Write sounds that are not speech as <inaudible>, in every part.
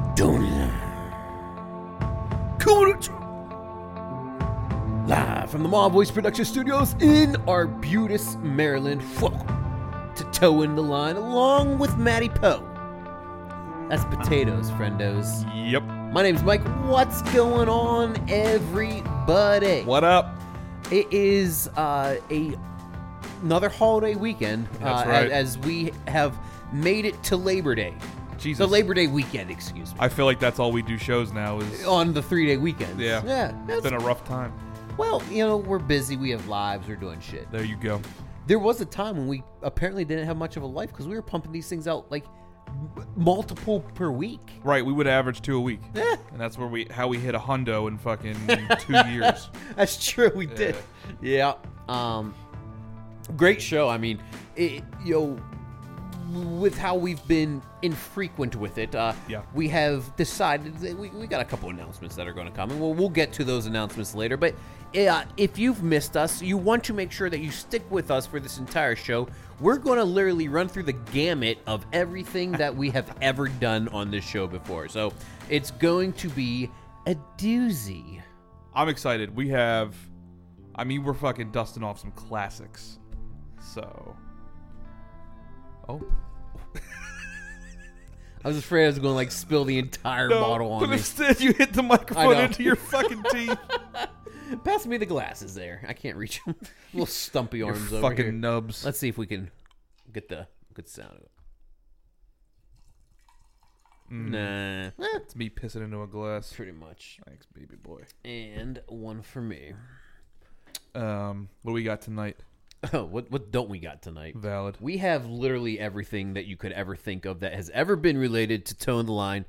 Estonia. Cool. Live from the Mob Voice Production Studios in Arbutus, Maryland. Welcome to Toe in the Line along with Matty Poe. That's potatoes, friendos. Yep. My name's Mike. What's going on, everybody? What up? It is uh, a another holiday weekend That's uh, right. a- as we have made it to Labor Day. Jesus. The Labor Day weekend, excuse me. I feel like that's all we do shows now is on the three day weekend. Yeah. Oh, Yeah. it's that's- been a rough time. well, you know, we're busy. We have lives. We're doing shit. There you go. There was a time when we apparently didn't have much of a life because we were pumping these things out like m- multiple per week. Right, we would average two a week. Yeah. And that's where we how we hit a hundo <laughs> in fucking two years. That's true. We did. Yeah. Um, great show. I mean, it, yo, with how we've been infrequent with it, uh, Yeah. we have decided that we, we got a couple announcements that are going to come, and we'll, we'll get to those announcements later. But uh, if you've missed us, you want to make sure that you stick with us for this entire show. We're going to literally run through the gamut of everything that we have <laughs> ever done on this show before. So it's going to be a doozy. I'm excited. We have I mean we're fucking dusting off some classics. So Oh. I was afraid I was going to like spill the entire bottle but <laughs> on me. instead you hit the I microphone know. into <laughs> your fucking teeth. Pass me the glasses there. I can't reach them. <laughs> Little stumpy arms over fucking here. nubs. Let's see if we can get the good sound of it. Nah, Eh, It's me pissing into a glass. pretty much. Thanks, baby boy. And one for me. <laughs> Um, what do we got tonight? Oh, what what don't we got tonight? Valid. We have literally everything that you could ever think of that has ever been related to Tone the Line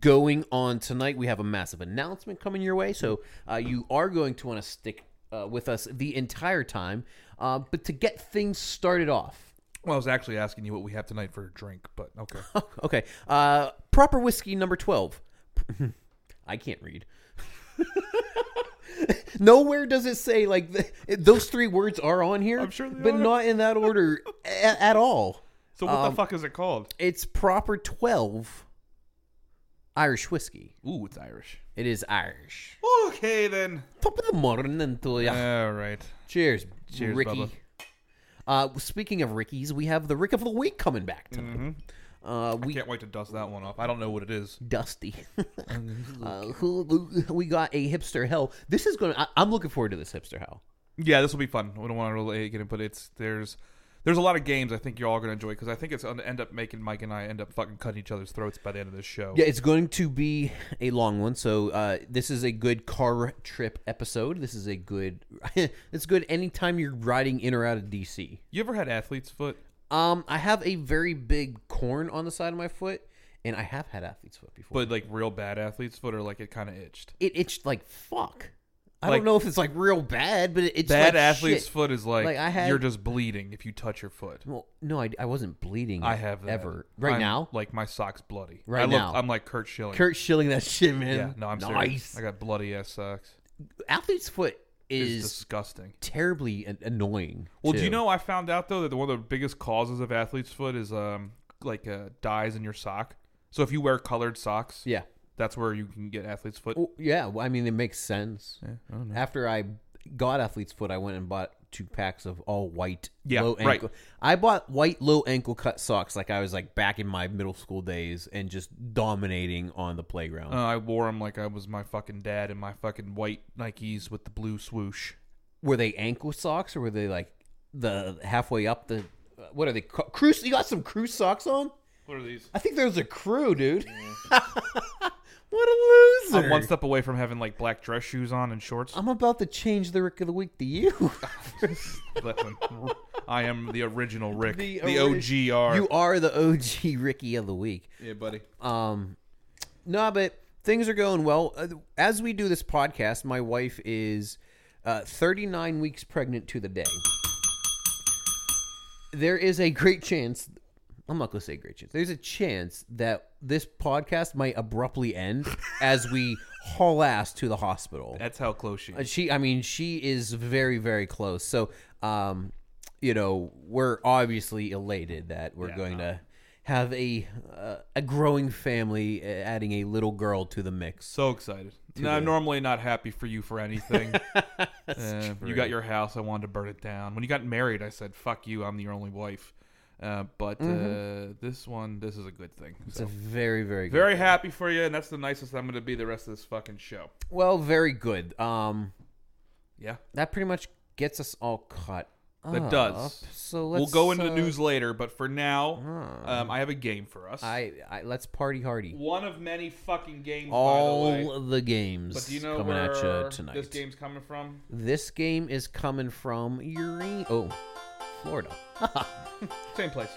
going on tonight. We have a massive announcement coming your way, so uh, you are going to want to stick uh, with us the entire time. Uh, but to get things started off, <laughs> Well, I was actually asking you what we have tonight for a drink, but okay. okay, uh, proper whiskey number 12. <laughs> I can't read. <laughs> Nowhere does it say like <laughs> th- those three words are on here, I'm sure they but are. not in that order a- at all. So what Um, the fuck is it called? It's proper 12 Irish whiskey. Ooh, it's Irish. It is Irish. Okay then. Top of the morning to ya. All right. Cheers, Cheers, Ricky. Bubba. Uh, speaking of Rickies, we have the Rick of the Week coming back tonight. Uh, we Can't wait to dust that one off. I don't know what it is. Dusty. <laughs> uh, who- we got a hipster hell. This is going to, I'm looking forward to this hipster hell. Yeah, this will be fun. We don't want to really get it, but it's there's there's a lot of games I think you're all gonna enjoy because I think it's gonna end up making Mike and I end up fucking cutting each other's throats by the end of this show. Yeah, it's going to be a long one. So uh, this is a good car trip episode. This is a good, <laughs> it's good anytime you're riding in or out of DC. You ever had athlete's foot? Um, I have a very big corn on the side of my foot, and I have had athlete's foot before. But like real bad athlete's foot, or like it kind of itched. it itched like fuck. I Like- don't know if it's like real bad, but it itched Bad like athlete's shit. foot is like, Like, I had- you're just bleeding if you touch your foot. Well, no, I, I wasn't bleeding. I have that. ever right I'm- now. Like my socks bloody. Right I look, now. I'm like Kurt Schilling. Kurt Schilling, that shit, man. Yeah, no, I'm nice. serious. I got bloody ass socks. Athlete's foot It's is disgusting. terribly an- annoying. Well, do you too. know I found out though that one of the biggest causes of athlete's foot is um like uh, dyes in your sock. So if you wear colored socks, Yeah, that's where you can get athlete's foot. well, yeah. Well, I mean, it makes sense. I don't know. After I got athlete's foot, I went and bought two packs of all white Yeah, low right. ankle. I bought white low ankle cut socks like I was like back in my middle school days and just dominating on the playground. Uh, I wore them like I was my fucking dad in my fucking white Nikes with the blue swoosh. were they ankle socks or were they like the halfway up the uh, what are they ca- crew? You got some crew socks on? What are these? I think there's a crew, dude. <laughs> what a loser! I'm one step away from having like black dress shoes on <laughs> and shorts. I'm about to change the Rick of the Week to <laughs> you. Listen, I am the original Rick, The the, ori- OGR. you are the OG Ricky of the Week. yeah, buddy. Um, no, but things are going well. Uh, As we do this podcast, my wife is uh, 39 weeks pregnant to the day. There is a great chance. I'm not going to say great chance. There's a chance that this podcast might abruptly end as we haul ass to the hospital. That's how close she. Uh, She, I mean, she is very, very close. So, um, you know, we're obviously elated that we're going to have a uh, a growing family, uh, adding a little girl to the mix. So excited. No, I'm normally not happy for you for <laughs> anything. Uh, true. you got your house. I wanted to burn it down. When you got married, I said, "Fuck you. I'm your only wife." Uh, but uh, this one, this is a good thing. It's So, a very, very, good very happy for you, and that's the nicest I'm going to be the rest of this fucking show. well, very good. Um, Yeah, that pretty much gets us all caught. That does. up. So we'll let's, go into the uh, news later, but for now, um, I have a game for us. I, I let's party hardy. one of many fucking games. All by the way. of the games But do you know coming where at you tonight. this game's coming from? This game is coming from Ure- oh, Florida. Same place.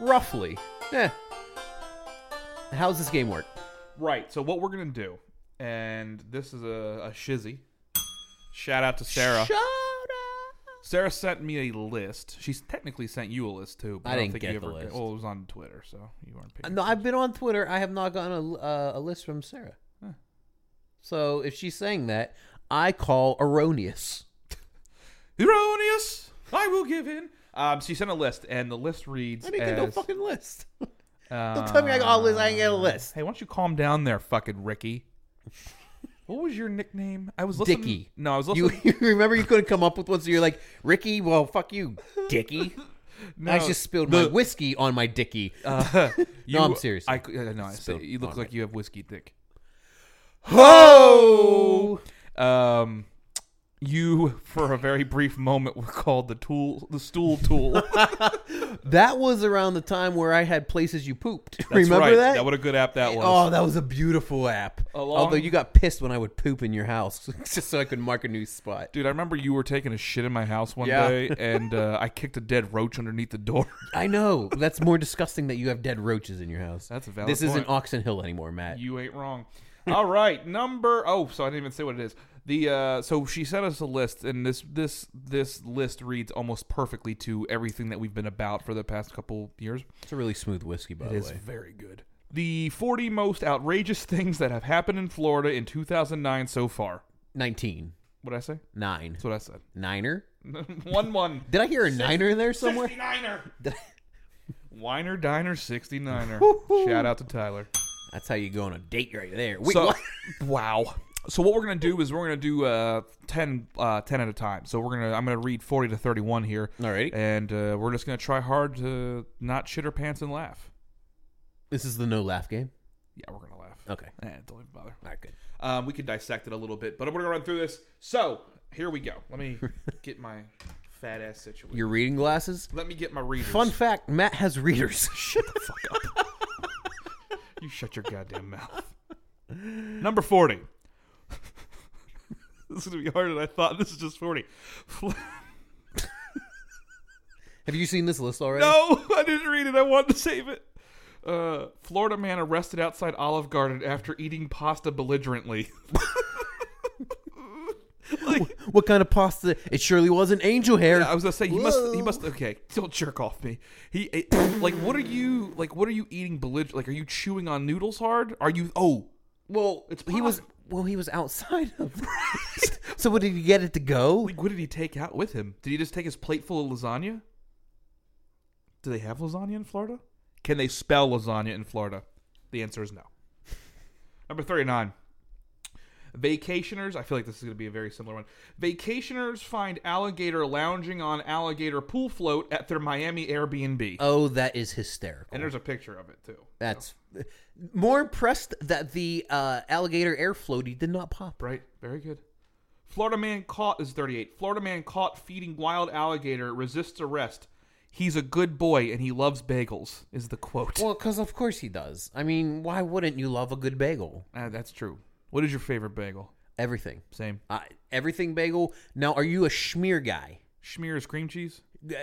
Roughly. Eh. How's this game work? Right. So what we're gonna do, and this is a, a shizzy. Shout out to Sarah. Shut up. Sarah sent me a list. She's technically sent you a list too. But I I, don't didn't think get you the ever. list. Well, it was on Twitter, so you weren't. Paying No, I've been on Twitter. I have not gotten a, uh, a list from Sarah. Huh. So if she's saying that, I call erroneous. erroneous. I will give in. Um, she sent a list, and the list reads. I didn't get no as, fucking list. <laughs> uh, Don't tell me I got a list. I didn't get a list. Hey, why don't you calm down there, fucking <laughs> Ricky? What was your nickname? I was listening. Dicky. No, I was You, <laughs> listening. you remember you couldn't come up with one, so you're like, Ricky, well, fuck you, <laughs> Dicky. no, I just spilled my whiskey on my Dicky. Uh, <laughs> you, I'm serious. I, c- uh, no, I Spilled say, you look on like you have whiskey dick. Ho! Um, you for a very brief moment were called the tool, the stool <laughs> tool. That's That was around the time where I had places you pooped. <laughs> Remember right. that? what a good app that was. oh, that was a beautiful app. Along- Although you got pissed when I would poop in your house <laughs> just so I could mark a new spot. Dude, I remember you were taking a shit in my house one Yeah. <laughs> day, and uh, I kicked a dead roach underneath the door. <laughs> I know. That's more disgusting that you have dead roaches in your house. That's a valid This point. isn't Oxon Hill anymore, Matt. You ain't wrong. All right, number. Oh, so I didn't even say what it is. The uh, so she sent us a list, and this this this list reads almost perfectly to everything that we've been about for the past couple years. It's a really smooth whiskey, by It the is way. very good. The 40 most outrageous <laughs> things that have happened in Florida in 2009 so far. 19. What did I say? Nine. That's what I said. Niner? <laughs> one one. Did I hear a <laughs> niner in there somewhere? 69er. Did I- Winer Diner 69er. Woo-hoo. Shout out to Tyler. That's how you go on a date right there. Wait, So, what? <laughs> wow. So what we're gonna do is we're gonna do uh, 10, uh, 10 at a time. So we're gonna I'm gonna read forty to thirty one here, Alrighty. and uh, we're just gonna try hard to not shit our pants and laugh. This is the no laugh game. Yeah, we're gonna laugh. Okay. Eh, don't even bother. All right, good. Um, we could dissect it a little bit, but I'm gonna run through this. So here we go. <laughs> Let me get my fat ass situated. Your reading glasses? Let me get my readers. Fun fact Matt has readers. <laughs> Shut the fuck up. you shut your goddamn mouth. Number 40. <laughs> this is going to be harder than I thought. This is just <laughs> 40. Fl- Have you seen this list already? no, I didn't read it. I wanted to save it. Uh, Florida man arrested outside Olive Garden after eating pasta belligerently. <laughs> like, What kind of pasta? It surely wasn't angel hair. I was gonna say he must. He Whoa. must. Okay, don't jerk off me. He ate- like. What are you like? What are you eating? Belliger- like, are you chewing on noodles hard? Are you? Oh, Well, It's he was well, he was outside of. so, what did he get it to go? Like, what did he take out with him? Did he just take his plate full of lasagna? Do they have lasagna in Florida? Can they spell lasagna in Florida? The answer is no. Number 39. Vacationers, I feel like this is going to be a very similar one. Vacationers find alligator lounging on alligator pool float at their Miami Airbnb. Oh, that is hysterical. and there's a picture of it, too. That's more impressed that the uh, alligator air floaty did not pop. Right. Very good. Florida man caught is 38. Florida man caught feeding wild alligator resists arrest. He's a good boy and he loves bagels is the quote. Well, because of course he does. I mean, why wouldn't you love a good bagel? Ah, that's true. What is your favorite bagel? Everything, Same. uh, everything bagel. Now, are you a schmear guy? Schmear is cream cheese. Uh,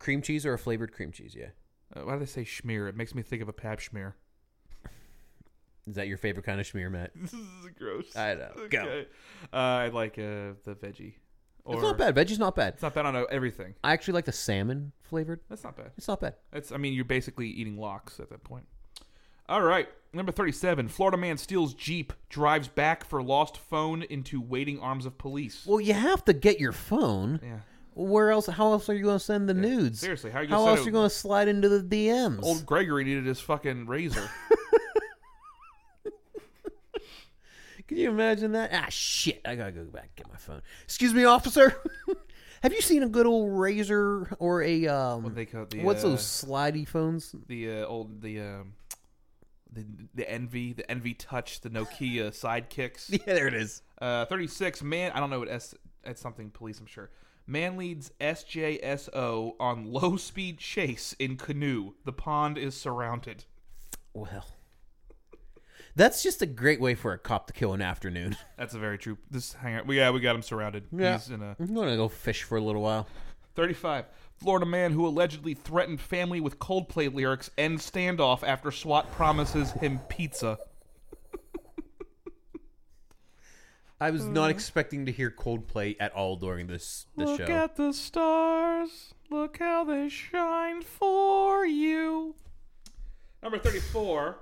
cream cheese or a flavored cream cheese? Yeah, Uh, why do they say schmear? It makes me think of a <laughs> pap schmear. is that your favorite kind of schmear, Matt? This is gross. I know. Go. Uh, I like uh, the veggie. Or, It's not bad. Veggie's not bad. It's not bad on uh, everything. I actually like the salmon flavored. That's not bad. It's not bad. That's I mean you're basically eating locks at that point. All right, number 37. Florida man steals jeep, drives back for lost phone into waiting arms of police. Well, you have to get your phone. yeah. Where else? How else are you going to send the nudes? seriously, how are you gonna How else send it- are you going to slide into the DMs? Old Gregory needed his <laughs> fucking razor. Can you imagine that? Ah, shit! I gotta go back and get my phone. Excuse me, officer. <laughs> Have you seen a good old razor or a um? they call it the, what's uh, those slidey <laughs> phones? the uh, old the um, the the envy the envy touch the Nokia <laughs> sidekicks. Yeah, there it is. Uh, Thirty six man. I don't know what S. That's something police. I'm sure. Man leads SJSO on low speed chase in canoe. The pond is surrounded. Well, that's just a great way for a cop to kill an afternoon. <laughs> That's a very true. This hang out. We yeah we got him surrounded. Yeah. He's in a I'm gonna go fish for a little while. 35. Florida man who allegedly threatened family with Coldplay lyrics and standoff after SWAT promises him pizza. I was not expecting to hear Coldplay at all during this this Mm. Look show. at the stars. Look how they shine for you. Number 34.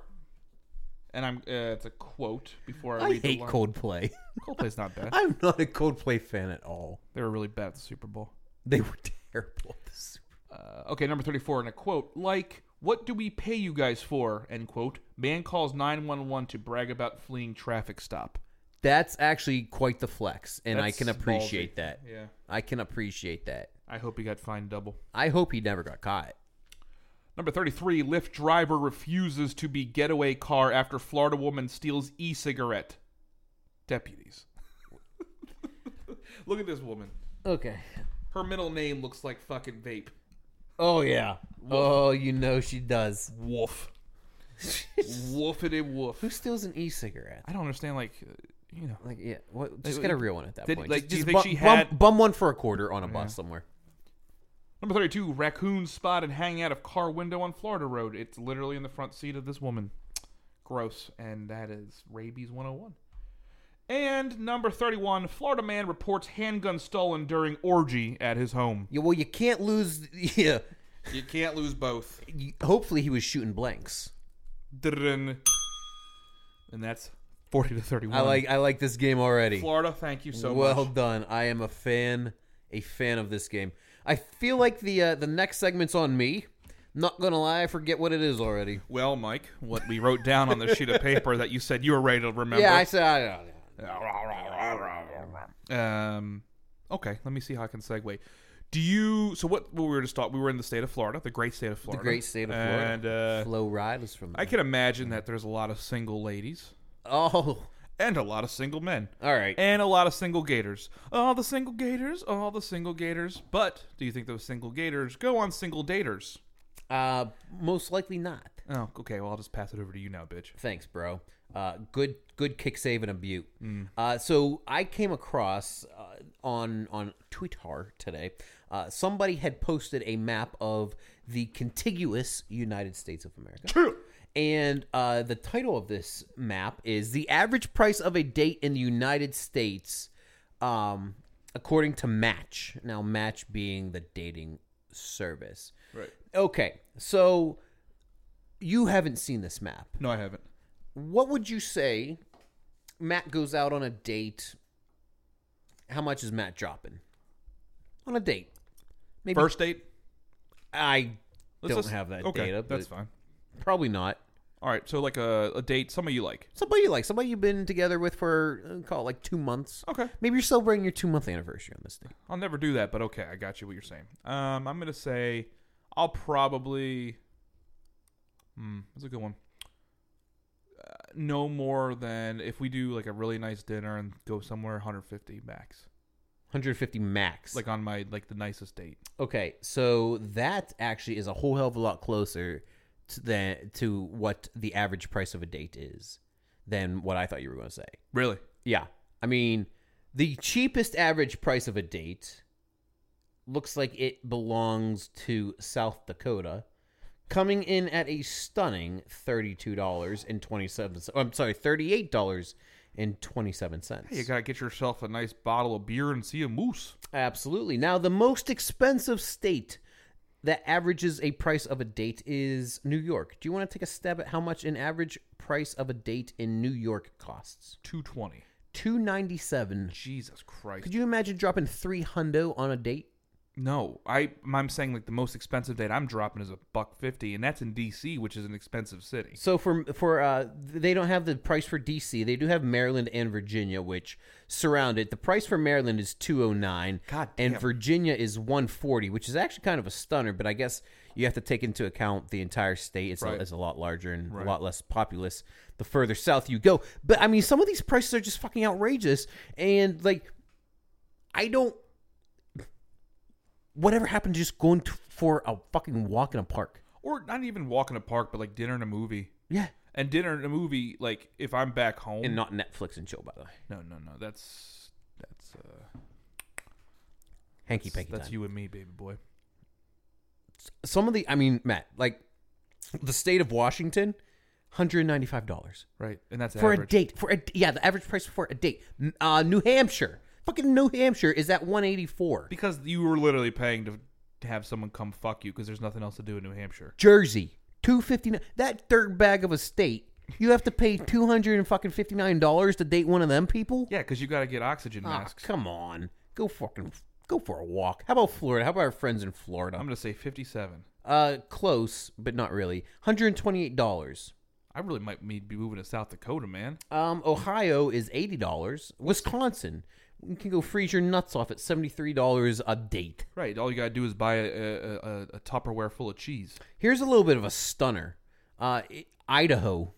And I'm. Uh, it's a quote before I, I read hate the line. Coldplay. <laughs> Coldplay's not bad. I'm not a Coldplay fan at all. They were really bad at the Super Bowl. They were <laughs> terrible. at the Super Uh, okay, number 34 in a quote like, What do we pay you guys for? End quote. Man calls 911 to brag about fleeing traffic stop. That's actually quite the flex, and I That's can appreciate ballsy. that. Yeah. I can appreciate that. I hope he got fined double. I hope he never got caught. Number 33, Lyft driver refuses to be getaway car after Florida woman steals e cigarette. Deputies. <laughs> Look at this woman. Okay. Her middle name looks like fucking vape. Oh yeah. Oh, you know she does. Woof. Woofity woof. <laughs> Who steals an e-cigarette? I don't understand, like, uh, you know. Like yeah, what, just Like, get a real one at that did- point. like, just do you just think bu- she bum, had- bum one for a quarter on a bus somewhere? Number 32, raccoon spotted hanging out of car window on Florida Road. It's literally in the front seat of this woman. Gross. And that is Rabies 101. And number 31, Florida man reports handgun stolen during orgy at his home. Yeah, well, you can't lose. <laughs> Yeah, You can't lose both. You- hopefully he was shooting blanks. And that's 40 to 31. I like I like this game already. Florida, thank you so well much. done. I am a fan, a fan of this game. I feel like the uh, the next segment's on me. Not gonna lie, I forget what it is already. Well, Mike, what we wrote down on the sheet of paper that you said you were ready to remember. Yeah, I said. I don't know. Um, okay, let me see how I can segue. Do you? So what? What we were just taught. We were in the state of Florida, the great state of Florida, great state of Florida. and uh, Flow Ride is from. I can imagine that there's a lot of single ladies oh, and a lot of single men all right. and a lot of single gators. All the single gators, all the single gators. But do you think those single gators go on single daters? Uh, most likely not. Oh, okay. Well, I'll just pass it over to you now, bitch. Thanks, bro. Uh, good, good kick save and a butte. Uh, so I came across uh, on on Twitter today. Uh, somebody had posted a map of the contiguous United States of America. And uh, the title of this map is "The Average Price of a Date in the United States." um, according to Match. Now, Match being the dating service. Right. Okay, so you haven't seen this map. No, I haven't. What would you say? Matt goes out on a date. How much is Matt dropping on a date? Maybe First date. I Let's don't just- have that okay, data. But That's fine. Probably not. All right. So like a, a date, somebody you like. Somebody you like, somebody you've been together with for uh, call it like two months. Okay. Maybe you're celebrating your two month anniversary on this date. I'll never do that, but okay, I got you what you're saying. Um, I'm gonna say I'll probably. Hmm, that's a good one. Uh, no more than if we do like a really nice dinner and go somewhere 150 max, 150 max. like on my like the nicest date. Okay, so that actually is a whole hell of a lot closer to than to what the average price of a date is than what I thought you were going to say. Really? Yeah, I mean, the cheapest average price of a date looks like it belongs to South Dakota, coming in at a stunning thirty-two dollars and twenty-seven. I'm sorry, thirty-eight dollars and twenty-seven cents. Hey, you gotta get yourself a nice bottle of beer and see a moose. Absolutely. Now, the most expensive state that averages a price of a date is New York. Do you want to take a stab at how much an average price of a date in New York costs? 220. Two ninety seven. Jesus Christ. Could you imagine dropping three hundo on a date? No, I I'm saying like the most expensive date I'm dropping is a buck fifty, and that's in D.C., which is an expensive city. So for for uh, they don't have the price for DC. They do have Maryland and Virginia, which surround it. The price for Maryland is two oh nine, God and damn. Virginia is one forty, which is actually kind of a stunner. But I guess you have to take into account the entire state. It's, Right. a, it's a lot larger and Right. a lot less populous the further south you go. But I mean, some of these prices are just fucking outrageous, and like I don't. Whatever happened to just going to, for a fucking walk in a park? Or not even walk in a park, but like dinner and a movie. Yeah, And dinner and a movie, like if I'm back home. and not Netflix and chill. By the way, no, no, no. That's that's uh, hanky panky. that's time. you and me, baby boy. some of the I mean, Matt, like the state of Washington, hundred ninety five dollars Right, and that's for a average. date. For a yeah, the average price for a date. N- Uh, New Hampshire, fucking New Hampshire is at one eighty four. because you were literally paying to, to have someone come fuck you because there's nothing else to do in New Hampshire. Jersey, two fifty nine. That dirt bag of a state, you have to pay two hundred and fucking fifty nine dollars to date one of them people. Yeah, because you got to get oxygen Ah, masks. come on, go fucking go for a walk. How about Florida? How about our friends in Florida? I'm gonna say fifty-seven. uh, close, but not really. Hundred and twenty eight dollars. I really might me- be moving to South Dakota, man. Um, Ohio is eighty dollars. Wisconsin, you can go freeze your nuts off at seventy three dollars a date. Right, all you gotta do is buy a, a, a, a Tupperware full of cheese. Here's a little bit of a stunner. Uh, I- Idaho,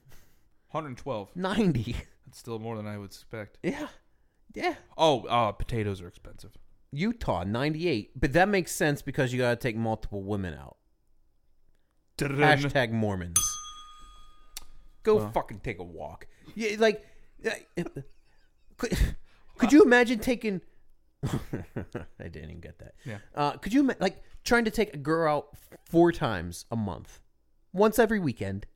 112. ninety. <laughs> That's still more than I would expect. Yeah, yeah. Oh, uh, potatoes are expensive. Utah, ninety eight. But that makes sense because you got to take multiple women out. Dun. Hashtag Mormons. Go fucking take a walk. Yeah, like, uh, <laughs> could, could you imagine taking? <laughs> I didn't even get that. Yeah. Uh, could you ima- like trying to take a girl out four times a month, once every weekend?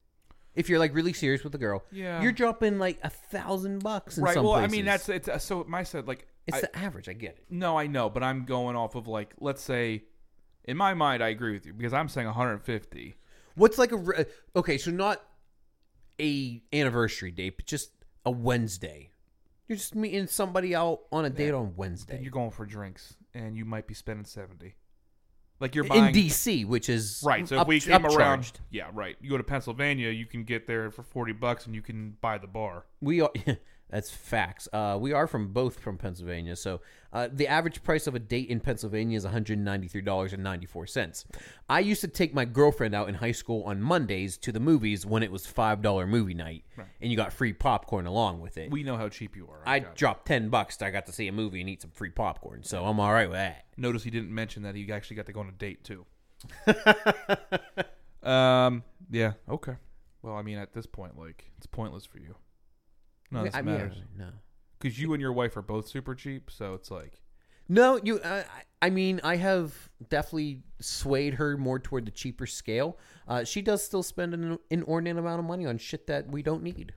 If you're like really serious with a girl, Yeah. you're dropping like a thousand bucks. In Right. Some Well, I places. mean that's it's uh, so my said like it's I- the average. I get it. no, I know, but I'm going off of like let's say, in my mind, I agree with you because I'm saying 150. What's like a re- uh, okay? So not a anniversary date, but just a Wednesday. You're just meeting somebody out on a date on Then Wednesday you're going for drinks and you might be spending 70. Like you're in buying DC, which is right. So if up- we came around, upcharged. yeah, right. You go to Pennsylvania, you can get there for 40 bucks and you can buy the bar. we are. <laughs> That's facts. Uh, we are from both from Pennsylvania, so uh, the average price of a date in Pennsylvania is one hundred ninety three dollars and ninety four cents. I used to take my girlfriend out in high school on Mondays to the movies when it was five dollar movie night, and you got free popcorn along with it. We know how cheap you are. I God. dropped ten bucks. I got to see a movie and eat some free popcorn, so I'm all right with that. Notice he didn't mention that he actually got to go on a <laughs> date too. um. Yeah. Okay. Well, I mean, at this point, like, it's pointless for you. No, this I mean, matters no, because you and your wife are both super cheap, so it's like, no, you. Uh, I mean, I have definitely swayed her more toward the cheaper scale. Uh, she does still spend an inordinate amount of money on shit that we don't need.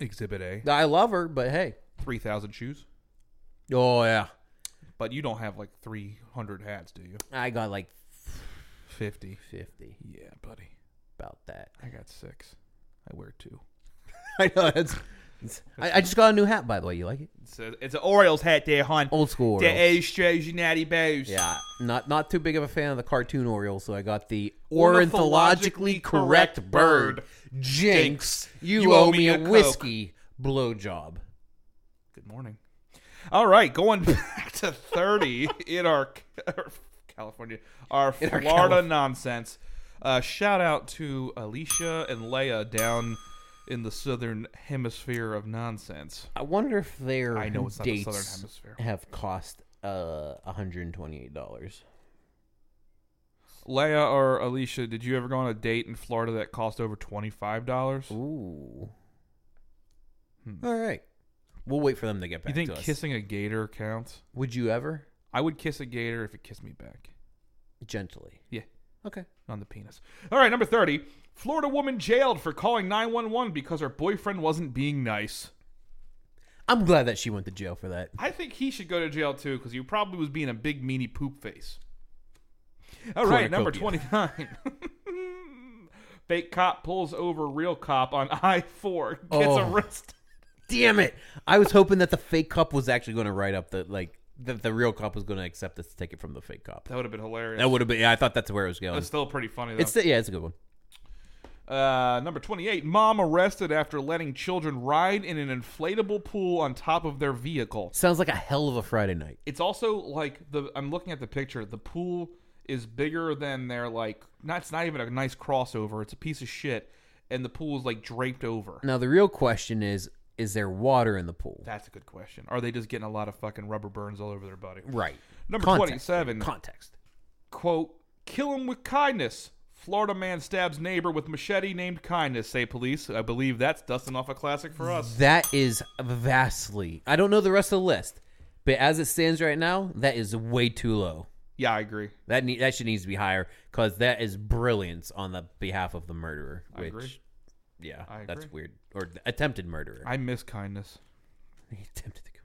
Exhibit A, I love her, but hey, three thousand shoes, oh yeah, but you don't have like three hundred hats, do you? I got like Fifty. fifty Yeah, buddy. about that. <laughs> I got six. I wear two. I know that's. it's- I, I just got a new hat, by the way. You like it? It's, a, it's an Orioles hat there, hon. Old school. The Orioles. Astros, Natty Bows. Yeah, not not too big of a fan of the cartoon Oriole, so I got the Ornithologically ornithologically correct correct bird. bird. Jinx, Jinx, you, owe me a, Coke. whiskey blowjob. Good morning. All right, going <laughs> back to 30 in our, our California, our In our Florida Calif- nonsense. Uh, shout out to Alicia and Leia down in the southern hemisphere of nonsense. I wonder if their I know it's not the dates southern hemisphere. have cost uh hundred and twenty eight dollars. Leia or Alicia, did you ever go on a date in Florida that cost over $25? Ooh. Hmm. All right, we'll wait for them to get You back think to us. kissing a gator counts? Would you ever I would kiss a gator if it kissed me back. gently? Yeah. Okay. on the penis. All right, number 30. Florida woman jailed for calling 911 because her boyfriend wasn't being nice. I'm glad that she went to jail for that. I think he should go to jail too because he probably was being a big meanie poop face. All right, number Cornucopia. 29. <laughs> Fake cop pulls over real cop on <laughs> I 4, gets Oh. arrested. Damn it! I was hoping that the fake cup was actually going to write up the like that the real cop was going to accept this ticket from the fake cop. That would have been hilarious. That would have been. Yeah, I thought that's where it was going. That's still pretty funny. Though. It's yeah, it's a good one. Uh, number 28, mom arrested after letting children ride in an inflatable pool on top of their vehicle. Sounds like a hell of a Friday night. It's also like the I'm looking at the picture. The pool is bigger than their like not it's not even a nice crossover. It's a piece of shit and the pool is like draped over. Now the real question is: Is there water in the pool? That's a good question. Are they just getting a lot of fucking rubber burns all over their body? Right. Number Context. 27, Context. quote, kill him with kindness. Florida man stabs neighbor with machete named Kindness, say police. I believe that's dusting off a classic for us. That is vastly. I don't know the rest of the list, but as it stands right now, that is way too low. Yeah, I agree. That need, that should needs to be higher because that is brilliance on the behalf of the murderer. Which, agree. Yeah, I that's agree. weird. Or the attempted murderer. I miss kindness. He <laughs> attempted to kill-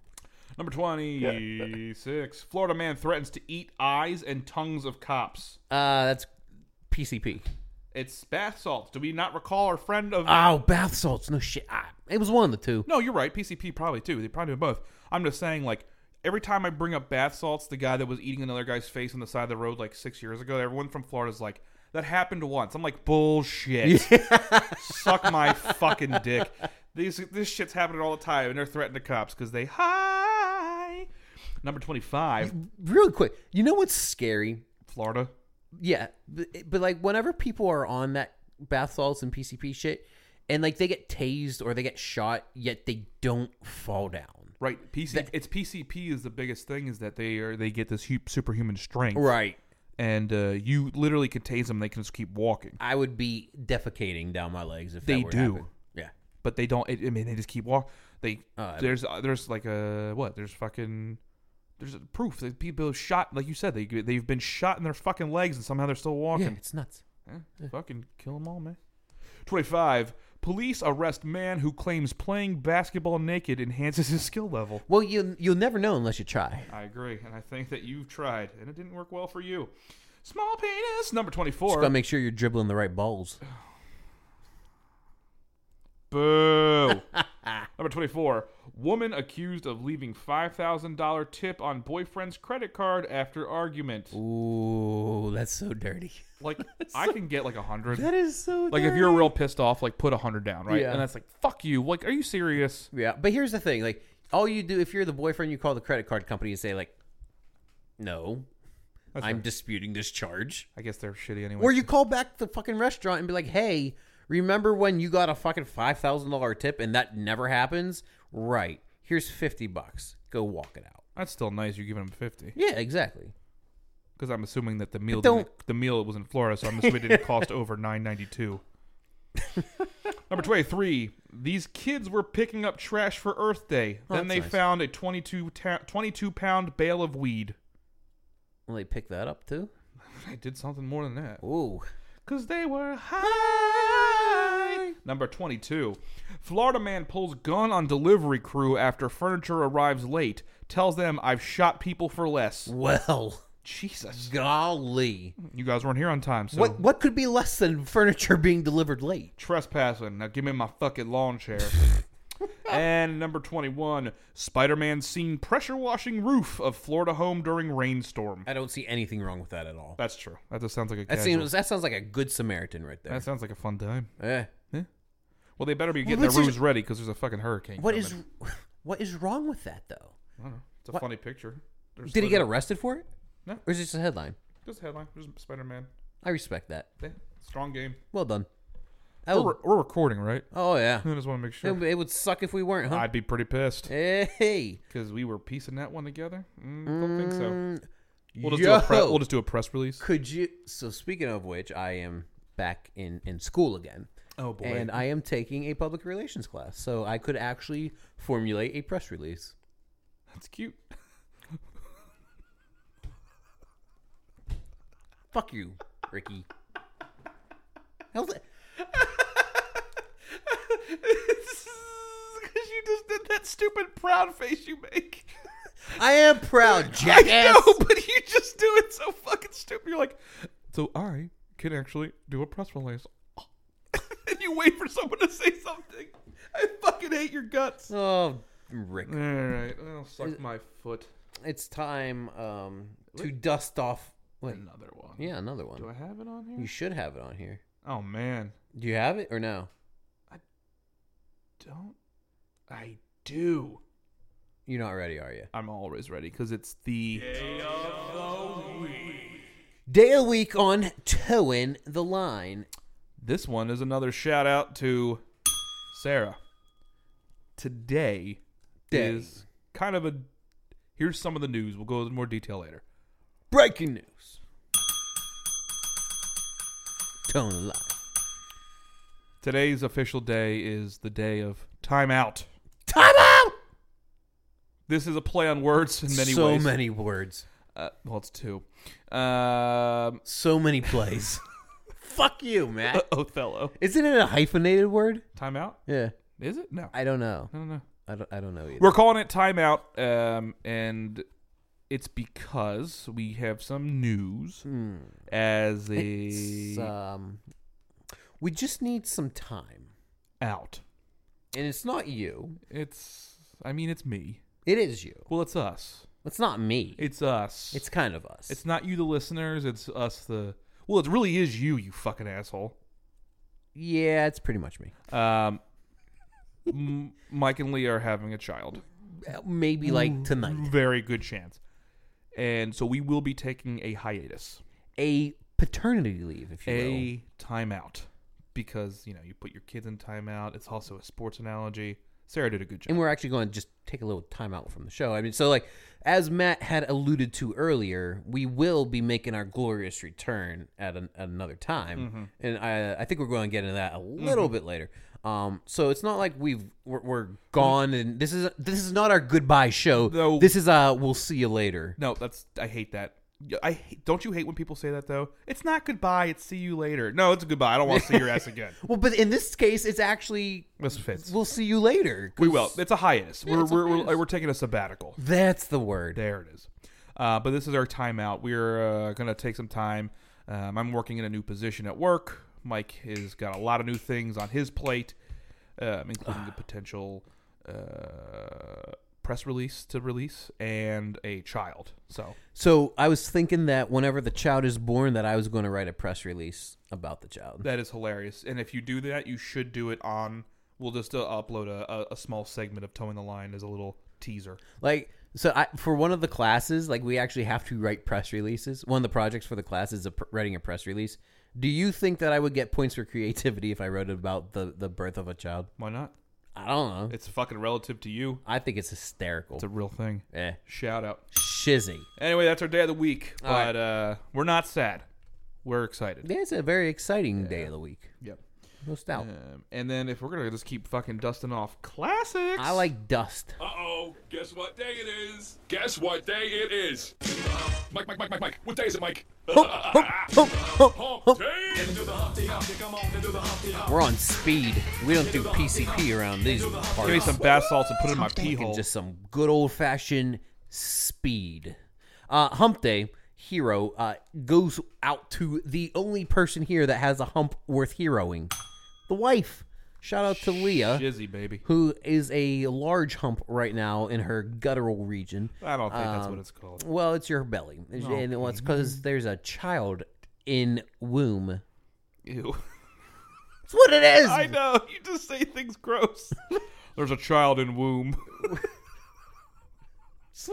Number 26. Florida man threatens to eat eyes and tongues of cops. Uh, that's PCP. It's bath salts. Do we not recall our friend of. Oh, bath salts. No shit. Ah, it was one of the two. no, you're right. PCP probably too. They probably do both. I'm just saying, like, every time I bring up bath salts, the guy that was eating another guy's face on the side of the road like six years ago, everyone from Florida's like, that happened once. I'm like, bullshit. Suck my fucking dick. These, this shit's happening all the time, and they're threatening the cops because they hi. Number 25, Real quick. You know what's scary? Florida. Yeah, but, but like whenever people are on that bath salts and PCP shit, and like they get tased or they get shot, yet they don't fall down. Right, PC. it's PCP is the biggest thing is that they are they get this hu- superhuman strength, Right. and uh, you literally could tase them; they can just keep walking. I would be defecating down my legs if They that were to do. happen. Yeah. But they don't. It, I mean, they just keep walking. They Uh, there's uh, there's like a what? There's fucking there's proof that people have shot. Like you said, they they've been shot in their fucking legs, and somehow they're still Yeah, walking. it's nuts. Eh, fucking kill them all, man. Twenty five. Police arrest man who claims playing basketball naked enhances his skill level. Well, you you'll never know unless you try. I agree, and I think that you've tried, and it didn't work well for you. Small penis Just gotta number twenty-four. make sure you're dribbling the right balls. <laughs> Boo. number twenty-four. Woman accused of leaving five thousand dollar tip on boyfriend's credit card after argument. Ooh, that's so dirty. <laughs> Like I can get like a hundred. That is so. Like if you're real pissed off, like put a hundred down, right? Yeah. And that's like fuck you. Like are you serious? yeah, but here's the thing: like, all you do if you're the boyfriend, you call the credit card company and say like, "No, I'm disputing this charge," I guess they're shitty anyway. or you call back the fucking restaurant and be like, "Hey, remember when you got a fucking five thousand dollar tip and that never happens? Right? Here's fifty bucks. Go walk it out." that's still nice. You're giving them fifty Yeah, exactly. because I'm assuming that the meal But didn't, the meal was in Florida, so I'm assuming <laughs> it didn't cost over nine ninety two. Number twenty three. These kids were picking up trash for Earth Day. Oh, then that's they nice. found a 22, ta- 22 pound bale of weed. <laughs> Well, they pick that up too. I did something more than that. Ooh, Cause they were high. Number twenty two. Florida man pulls gun on delivery crew after furniture arrives late. Tells them I've shot people for less. well, <laughs> Jesus. golly. You guys weren't here on time, so What what could be less than furniture being delivered late? trespassing. Now give me my fucking lawn <laughs> chair. and number 21, Spider Man seen pressure washing roof of Florida home during rainstorm. I don't see anything wrong with that at all. That's true. That just sounds like a That casual- seems that sounds like a good Samaritan right there. That sounds like a fun time. Eh. Well, they better be getting what's their his- rooms ready because there's a fucking hurricane. What coming. is <laughs> what is wrong with that though? I don't know. It's a funny picture. There's Did he get arrested for it? No. Or is it just a headline? Just headline. There's Spider Man. I respect that. Yeah. Strong game. Well done. I We're, would- we're recording, right? oh <laughs> yeah. I just want to make sure. It, it would suck if we weren't, huh? I'd be pretty pissed Hey. because we were piecing that one together. Mm, don't think so. Mm, We'll just, do a pre- yo. we'll just do a press release. could you So speaking of which, I am back in in school again. Oh boy. And I am taking a public relations class, so I could actually formulate a press release. That's cute. Fuck you, Ricky. How's it- Because you just did that stupid proud face you make. I am proud, <laughs> I Oh, jackass. know, but you just do it so fucking stupid. You're like, so I can actually do a press release. <laughs> and you wait for someone to say something. I fucking hate your guts. Oh, Rick. All right, well, suck my foot. it's time um, to dust off. Wait, Another one. yeah, another Do I one. have it on You here? should have it on here. Oh man, Do you have it or no? don't I do? You're not ready, are you? I'm always ready because it's the Day a week on towing the line. This one is another shout out to Sarah. Today Day. is kind of a here's some of the news. We'll go into more detail later. Breaking news. Towing the line. Today's official day is the day of timeout. Time out. This is a play on words in many so ways. many words. Uh, well, it's two. Um, So many <laughs> plays. Fuck you, man. Othello. Isn't it a hyphenated word? Timeout? Yeah. Is it? No. I don't know. I don't know. I don't, I don't know either. We're calling it timeout, um, and it's because we have some news Hmm. as It's, a um, we just need some time. out. And it's not you. It's. I mean, it's me. It is you. Well, it's us. It's not me. It's us. It's kind of us. It's not you, the listeners. It's us, the. Well, it really is you, you fucking asshole. yeah, it's pretty much me. Um, M- Mike and Lee are having a child. Uh, Maybe like Mm. tonight. Very good chance. And so we will be taking a hiatus, A paternity leave, if you will. a timeout, because you know you put your kids in timeout. It's also a sports analogy. Sarah did a good job. And we're actually going to just take a little time out from the show. I mean, so like as Matt had alluded to earlier, we will be making our glorious return at, an, at another time, Mm-hmm. and I I think we're going to get into that a little bit later. Um, so it's not like we've we're, we're gone, and this is this is not our goodbye show. No. This is uh, we'll see you later. No, that's I hate that. Yeah, I hate- don't you hate when people say that though. It's not goodbye. It's see you later. No, it's goodbye. I don't want to see your ass <laughs> again. Well, but in this case, it's actually This fits. we'll see you later. We will. It's a hiatus. we're it's a we're, hiatus. we're we're taking a sabbatical. That's the word. There it is. Uh, but this is our timeout. We're uh, going to take some time. Um, I'm working in a new position at work. Mike has got a lot of new things on his plate, <sighs> um, including the potential uh, press release to release and a child. So So I was thinking that whenever the child is born, that I was going to write a press release about the child. that is hilarious. And if you do that, you should do it on. We'll just uh, upload a, a, a small segment of Towing the Line as a little teaser. Like so, I for one of the classes, like we actually have to write press releases. One of the projects for the class is a, pr- writing a press release. Do you think that I would get points for creativity if I wrote about the the birth of a child? Why not? I don't know. It's fucking relative to you. I think it's hysterical. It's a real thing. eh, Shout out. shizzy. Anyway, that's our day of the week. All right. But uh, we're not sad. We're excited. Yeah, it's a very exciting day of the week, Yep. no doubt. Um, and then if we're gonna just keep fucking dusting off classics, I like dust. Uh oh, guess what day it is? Guess what day it is? Mike, Mike, Mike, Mike, Mike, what day is it, Mike? Hump day! Into the humpty hump, come on, into the humpty hump. We're on speed. We don't do PCP around these give me parts. some bath salts and put it in my pee Fucking hole. just some good old fashioned speed. Uh, hump day hero uh, goes out to the only person here that has a hump worth heroing, the wife. Shout out to Leah, Jizzy baby. who is a large hump right now in her guttural region. I don't think Um, that's what it's called. Well, it's your belly, and well, it's because there's a child in womb. Ew. <laughs> That's what it is. I know. You just say <laughs> things gross. There's a child in womb.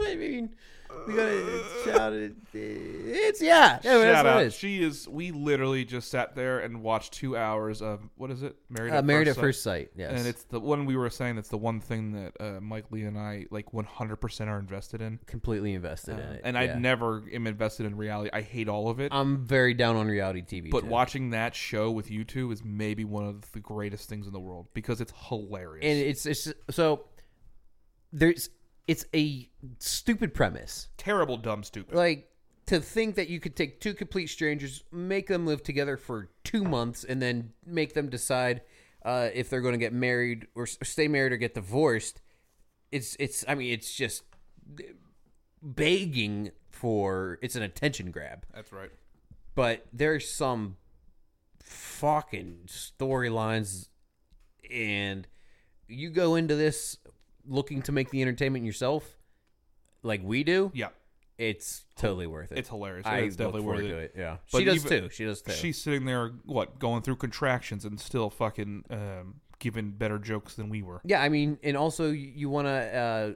I mean, we <laughs> gotta shout it. It's yeah. yeah that's Shout what out. it is. She is. We literally just sat there and watched two hours of what is it? Married. Uh, married at Sight. first sight. Yes. And it's the one we were saying. That's the one thing that uh, Mike Lee and I like 100% are invested in. completely invested in it. Uh, and Uh, yeah. I never am invested in reality. I hate all of it. I'm very down on reality TV. but too. watching that show with you two is maybe one of the greatest things in the world because it's hilarious. and it's it's so there's it's a stupid premise. Terrible, dumb, stupid. Like to think that you could take two complete strangers, make them live together for two months, and then make them decide uh, if they're going to get married or s- stay married or get divorced. It's it's I mean it's just begging for it's an attention grab. That's right. but there's some fucking storylines and you go into this looking to make the entertainment yourself like we do, Yeah, it's totally worth it. it's hilarious. uh, I it's definitely look worth forward it. to it. Yeah, But she does even- too. She does too. She's sitting there, what, going through contractions and still fucking um, giving better jokes than we were. yeah, I mean, and also y- you want to uh,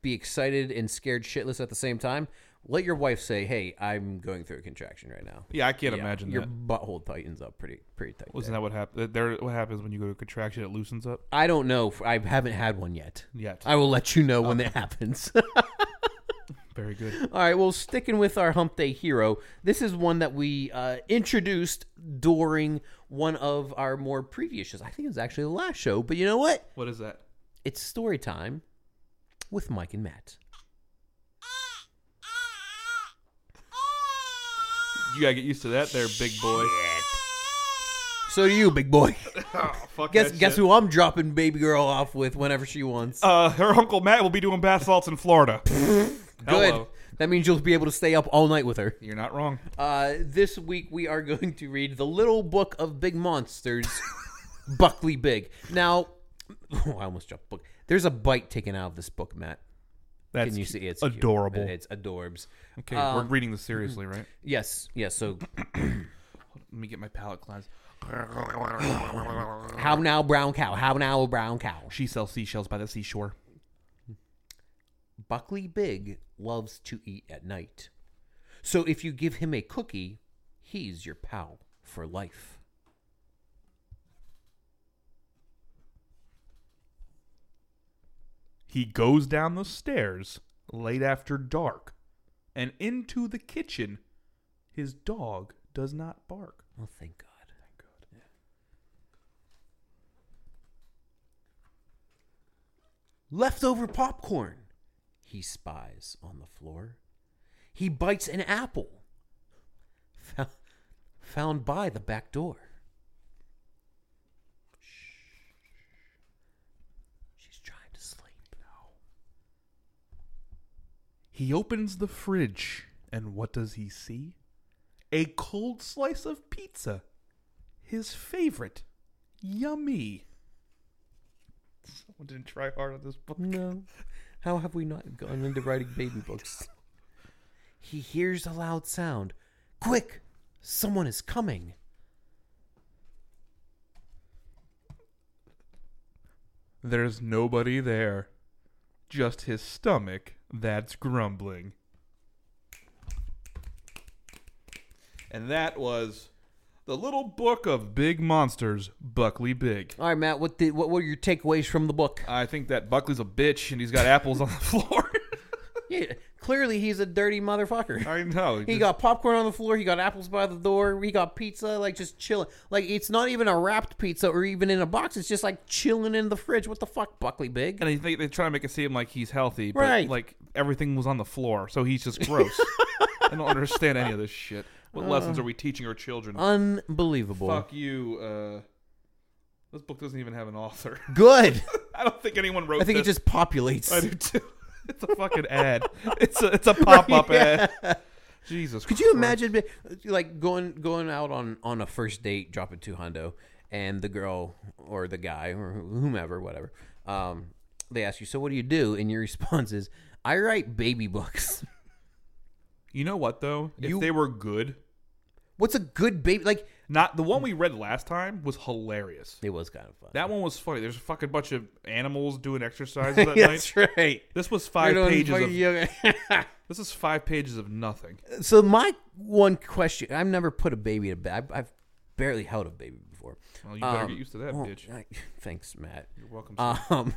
be excited and scared shitless at the same time. Let your wife say, "Hey, I'm going through a contraction right now." Yeah, I can't Yeah, imagine your that. butthole tightens up pretty pretty tight. Wasn't there. that what happened? There, what happens when you go to contraction? It loosens up. I don't know. if- I haven't had one yet. Yet. I will let you know when it happens. <laughs> Very good. All right, well, sticking with our Hump Day hero, this is one that we uh, introduced during one of our more previous shows. I think it was actually the last show, but you know what? What is that? It's story time with Mike and Matt. You gotta get used to that, there, big boy. So do you, big boy. <laughs> Oh, fuck guess that guess shit. who I'm dropping baby girl off with whenever she wants. Uh, her uncle Matt will be doing bath salts in Florida. <laughs> Good. hello. That means you'll be able to stay up all night with her. You're not wrong. Uh, this week we are <laughs> going to read The Little Book of Big Monsters, Buckley Big. Now, <laughs> oh, I almost dropped book. There's a bite taken out of this book, Matt. That's Can you see it? um, mm-hmm. It's cute. adorable. It's adorbs. Okay, we're reading this seriously, right? Yes, yes. So, Let me get my palate cleansed. how now, brown cow? How now, brown cow? She sells seashells by the seashore. Buckley Big loves to eat at night. So if you give him a cookie, he's your pal for life. He goes down the stairs late after dark and into the kitchen. His dog does not bark. Oh, thank God. Thank God. Leftover popcorn he spies on the floor. He bites an apple fou- found by the back door. Shh. She's trying to sleep. He opens the fridge, and what does he see? A cold slice of pizza. His favorite. Yummy. Someone didn't try hard on this book. No. How have we not gone into writing baby books? He hears a loud sound. Quick! Someone is coming. There's nobody there. Just his stomach that's grumbling. And that was The Little Book of Big Monsters, Buckley Big. All right, Matt. What did, what were your takeaways from the book? I think that Buckley's a bitch and he's got apples on the <laughs> floor. <laughs> Yeah, clearly he's a dirty motherfucker. I know. <laughs> He got popcorn on the floor. He got apples by the door. He got pizza, like just chilling. Like it's not even a wrapped pizza or even in a box. It's just like chilling in the fridge. What the fuck, Buckley Big? and I think they try to make it seem like he's healthy, but Right. like everything was on the floor, so he's just <laughs> gross. I don't understand any of this shit. What Uh. lessons are we teaching our children? Oh, Unbelievable. Fuck you. Uh, this book doesn't even have an author. <laughs> <laughs> Good. I don't think anyone wrote. I think it this. just populates. I do too. <laughs> It's a fucking <laughs> ad. It's a it's a pop up ad. Jesus. Could you imagine be- like going going out on on a first date, dropping two hundo, and the girl or the guy or whomever, whatever, um, they ask you, "So what do you do?" And your <laughs> response is, "I write baby books." <laughs> You know what though? If You- they were good, What's a good baby? Like not the one we read last time was hilarious. it was kind of fun. That one was funny. There's a fucking bunch of animals <laughs> doing exercises that night. That's right. This was five Right on pages fucking of <laughs> yoga. this is five pages of nothing. so my one question: I've never put a baby to bed. I've, I've barely held a baby before. Well, you better Um, get used to that, well, bitch. I- <laughs> thanks, Matt. You're welcome. son. Um,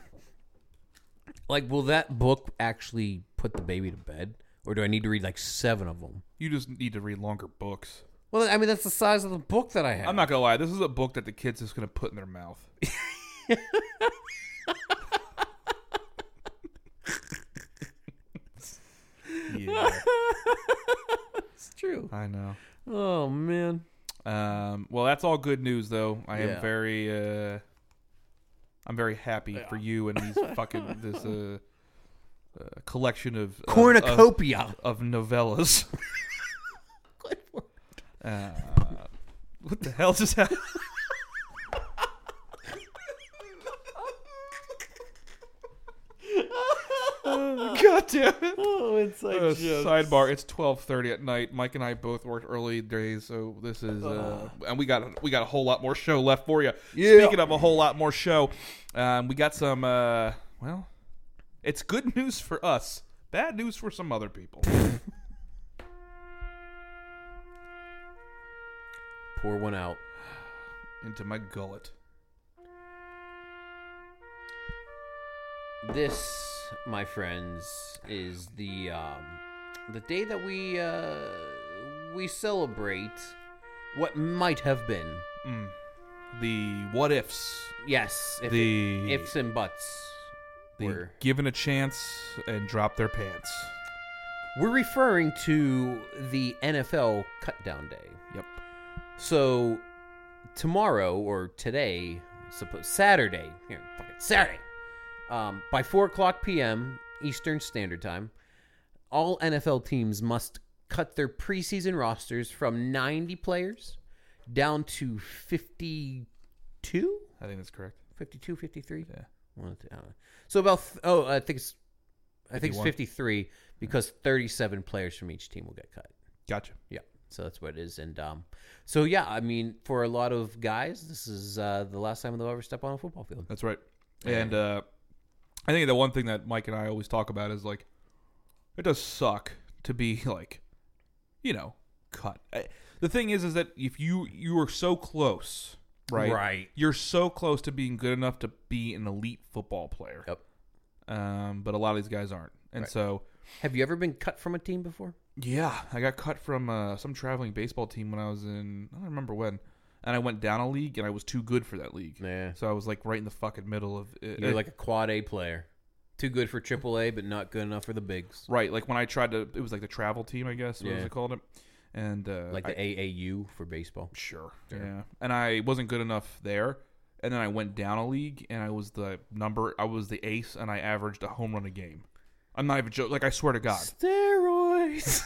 <laughs> like, will that book actually put the baby to bed, or do I need to read like seven of them? you just need to read longer books. Well, I mean, that's the size of the book that I have. I'm not gonna lie. This is a book that the kids just gonna put in their <laughs> mouth. yeah, It's true. I know. Oh man. Um, well, that's all good news, though. I Yeah. am very, uh, I'm very happy for you and these fucking this uh, uh, <laughs> collection of of- of, Cornucopia. <laughs> of novellas. Good word. Uh, what the hell <laughs> just happened? God damn it. <laughs> Oh, it's like Uh, sidebar: It's twelve thirty at night. Mike and I both worked early days, so this is uh, and we got we got a whole lot more show left for you. Yeah. Speaking of a whole lot more show, um, we got some. Uh, well, it's good news for us, bad news for some other people. Pour one out. Into my gullet. This, my friends, is the um, the day that we uh, we celebrate what might have been. The what ifs, Yes, if The- ifs and buts. the were. given a chance and drop their pants. We're referring to the NFL cutdown day. Yep. So tomorrow or today, suppo- Saturday, here, fucking Saturday, um, by four o'clock p.m. Eastern Standard Time, all NFL teams must cut their preseason rosters from ninety players down to 52? I think that's correct. 52, 53? Yeah. One, two, I don't know. So about th- oh, I think it's I think it's 51. 53 because 37 players from each team will get cut. Gotcha. Yeah. So that's what it is and um so yeah, I mean for a lot of guys this is uh the last time they'll ever step on a football field. That's right. And uh, I think the one thing that Mike and I always talk about is like, it does suck to be <laughs> like, you know, cut. I, the thing is, is that if you you are so close, right? Right. You're so close to being good enough to be an elite football player. Yep. Um, but a lot of these guys aren't, and so Have you ever been cut from a team before? yeah, I got cut from uh, some traveling baseball team when I was in I don't remember when, and I went down a league, and I was too good for that league. Yeah. So I was like right in the fucking middle of uh, it. You're like a quad A player. Too good for triple A but not good enough for the bigs. Right, like when I tried to, it was like the travel team, I guess, what was Yeah. it called? It, and uh, Like I- the AAU for baseball. sure, yeah. And I wasn't good enough there, and then I went down a league, and I was the number, I was the ace, and I averaged a home run a game. I'm not even joking. Like I swear <laughs> to God, Steroids.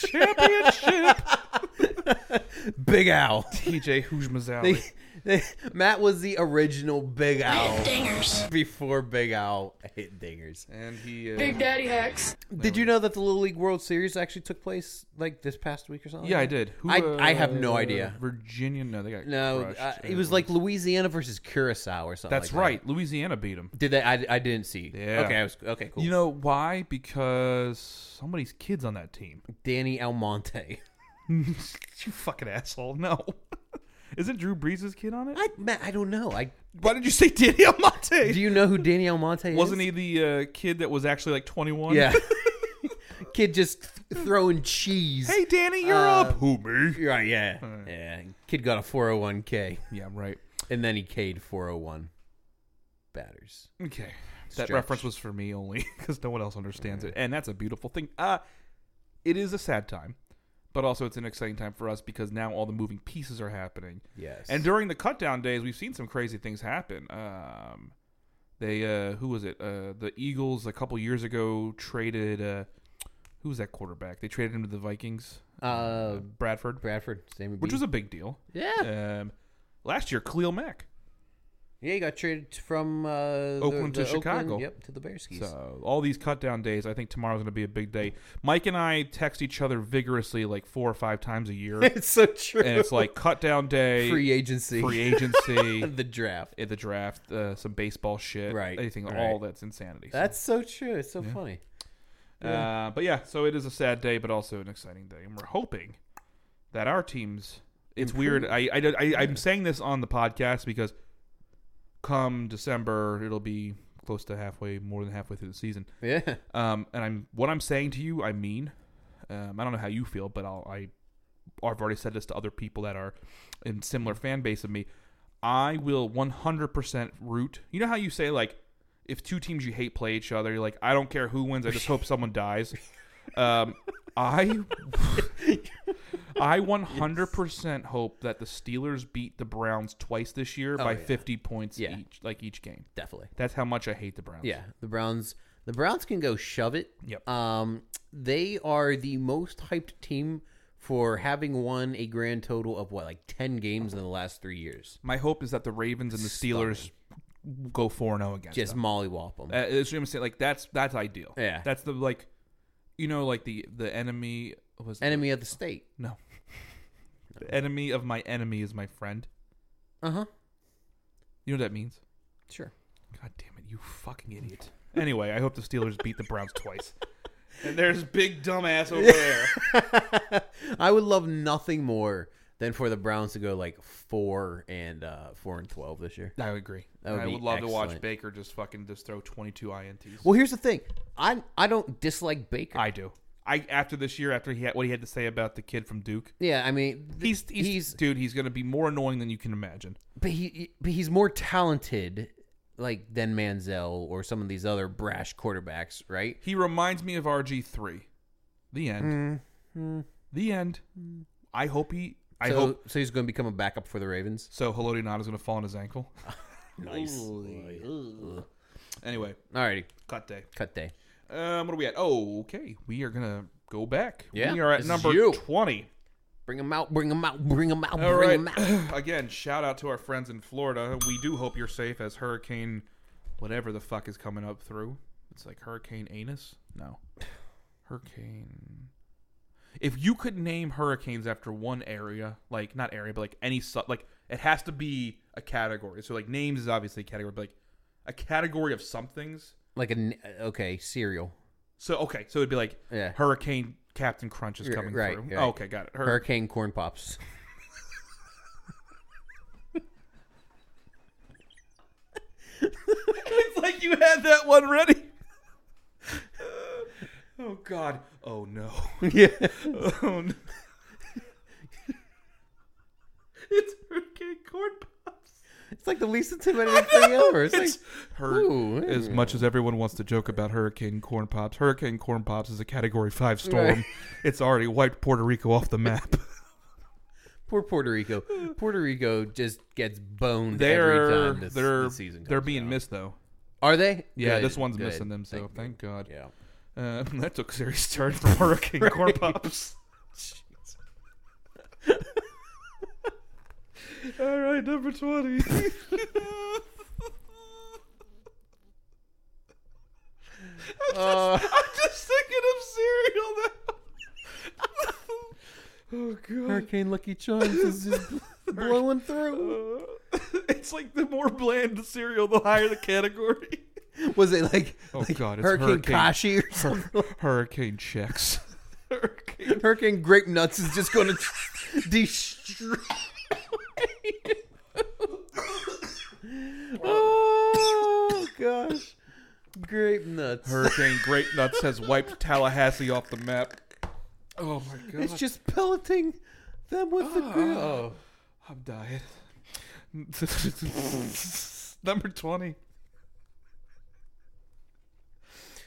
championship. <laughs> <laughs> Big Al. TJ Hujmazali. They- they- <laughs> Matt was the original Big Owl. Before Big Owl hit dingers. and he, uh, Big Daddy Hacks. Did you know that the Little League World Series actually took place like this past week or something? yeah, I like did. Who, I- I have no uh, idea. Virginia, no, they got that? No, crushed. uh, it was like Louisiana versus Curacao or something. like that's that. right. Louisiana beat him. Did they? I, I didn't see. Yeah. Okay. I was okay. Cool. You know why? Because somebody's kids on that team. Danny Almonte. <laughs> you fucking asshole. No. <laughs> Isn't Drew Brees' kid on it? I Matt, I don't know. I Why did you say <laughs> Danny Almonte? do you know who Danny Almonte is? Wasn't he the uh, kid that was actually like <laughs> 21? Yeah. Kid just th- throwing cheese. <laughs> Hey, Danny, you're Uh, up. Who, me? Right. Yeah. Yeah. Kid got a 401k Yeah, right. and then he K'd 401 batters. Okay. Stretch. That reference was for me only <laughs> because no one else understands it. And that's a beautiful thing. Uh, it is a sad time, but also it's an exciting time for us because now all the moving pieces are happening. Yes. And during the cutdown days, we've seen some crazy things happen. Um, they uh, who was it? Uh, the Eagles a couple years ago traded uh, who was that quarterback? They traded him to the Vikings, uh, Bradford, Bradford, Sammy which B. was a big deal. yeah. Um, last year, Khalil Mack. Yeah, he got traded from uh, the- Oakland to the Chicago. Yep, to the Bearskis. So all these cutdown days, I think tomorrow's going to be a big day. Mike and I text each other vigorously like four or five times <laughs> a year, <laughs> and it's so true. it's like cutdown day, free agency, <laughs> free agency, the draft. the draft, uh, some baseball shit, Right, Anything, right. all that's insanity. So- That's so true. It's so funny. Uh, but yeah, so it is a sad day, but also an exciting day, and we're hoping that our teams. It's weird. I, I, I I'm saying this on the podcast because come December it'll be close to halfway, more than halfway through the season. Yeah, Um, and I'm what I'm saying to you, I mean. Um, I don't know how you feel, but I'll, I I've already said this to other people that are in similar fan base of me. I will 100% root. You know how you say like if two teams you hate play each other, you're like I don't care who wins, I just hope someone dies. Um, I I 100% hope that the Steelers beat the Browns twice this year by Oh, yeah. 50 points Yeah. each, like each game. definitely. That's how much I hate the Browns. Yeah, the Browns. The Browns can go shove it. Yep. Um, they are the most hyped team for having won a grand total of what, like ten games in the last three years. My hope is that the Ravens and the Steelers go four zero against Just them. mollywop them. Uh, that's what I'm saying. Like that's that's ideal. Yeah. that's the like, you know, like the the enemy was Enemy of the state. no, the enemy of my enemy is my friend. Uh huh. You know what that means? Sure. God damn it, you fucking idiot. Anyway, I hope the Steelers beat the Browns <laughs> twice. And there's big dumbass over there. <laughs> I would love nothing more than for the Browns to go like four and uh, four and twelve this year. I agree. That would I be would love to watch excellent. Baker just fucking just throw 22 INTs. Well, here's the thing. I I don't dislike Baker. I do. I after this year, after he had, what he had to say about the kid from Duke, yeah, I mean, th- he's he's, dude, he's gonna be more annoying than you can imagine. but he but he's more talented like than Manziel or some of these other brash quarterbacks, right? He reminds me of RG three. The end. The end. I hope he. I Mm-hmm. so, hope so he's going to become a backup for the Ravens. so. Haloti Nod is gonna fall on <laughs> his ankle. Nice. anyway, Alrighty, cut day. cut day. Um, what are we at? Oh, okay. We are gonna go back. Yeah, we are at this is number you. twenty. Bring him out. Bring him out. Bring him out. All bring right. him out. <clears throat> Again, shout out to our friends in Florida. We do hope you're safe as Hurricane, whatever the fuck is coming up through. It's like Hurricane Anus. <sighs> No, Hurricane. If you could name hurricanes after one area, like not area, but like any sub, like it has to be a category. So like names is obviously a category, but like a category of somethings. Like a n- okay cereal. So okay, so it'd be like Yeah. Hurricane Captain Crunch is Right, coming right, through. right. Oh, okay, got it. Hur- Hurricane corn pops. it's <laughs> like you had that one ready. <laughs> oh God. Oh no. <laughs> <laughs> yeah. Oh no. <laughs> it's Hurricane Corn Pops. It's like the least intimidating thing ever. It's, It's like hur- ooh, as much as everyone wants to joke about Hurricane Corn Pops. Hurricane Corn Pops is a Category Five storm. Right. <laughs> It's already wiped Puerto Rico off the map. poor Puerto Rico. Puerto Rico just gets boned every they're time this, they're this season. Comes they're being out. missed though. Are they? Yeah, Good, this one's good. missing them. So thank, God. Yeah. <laughs> Uh, that took a serious turn for <laughs> Hurricane Corn <laughs> Pops. All right, number <laughs> 20. Uh, I'm just thinking of cereal now. <laughs> oh, God. <laughs> Hurricane Lucky Charms is just blowing through. Uh, <laughs> it's like the more bland the cereal, the higher the category. Was it like, Oh, like God, it's Hurricane, Hurricane- Kashi or something? <laughs> Hurricane checks. <laughs> Hurricane. Hurricane Grape Nuts is just <laughs> going to destroy. <laughs> oh gosh, Grape Nuts. Hurricane Grape Nuts has wiped Tallahassee off the map. Oh my god. It's just pelleting them with the grill. Oh. I'm dying. <laughs> Number 20.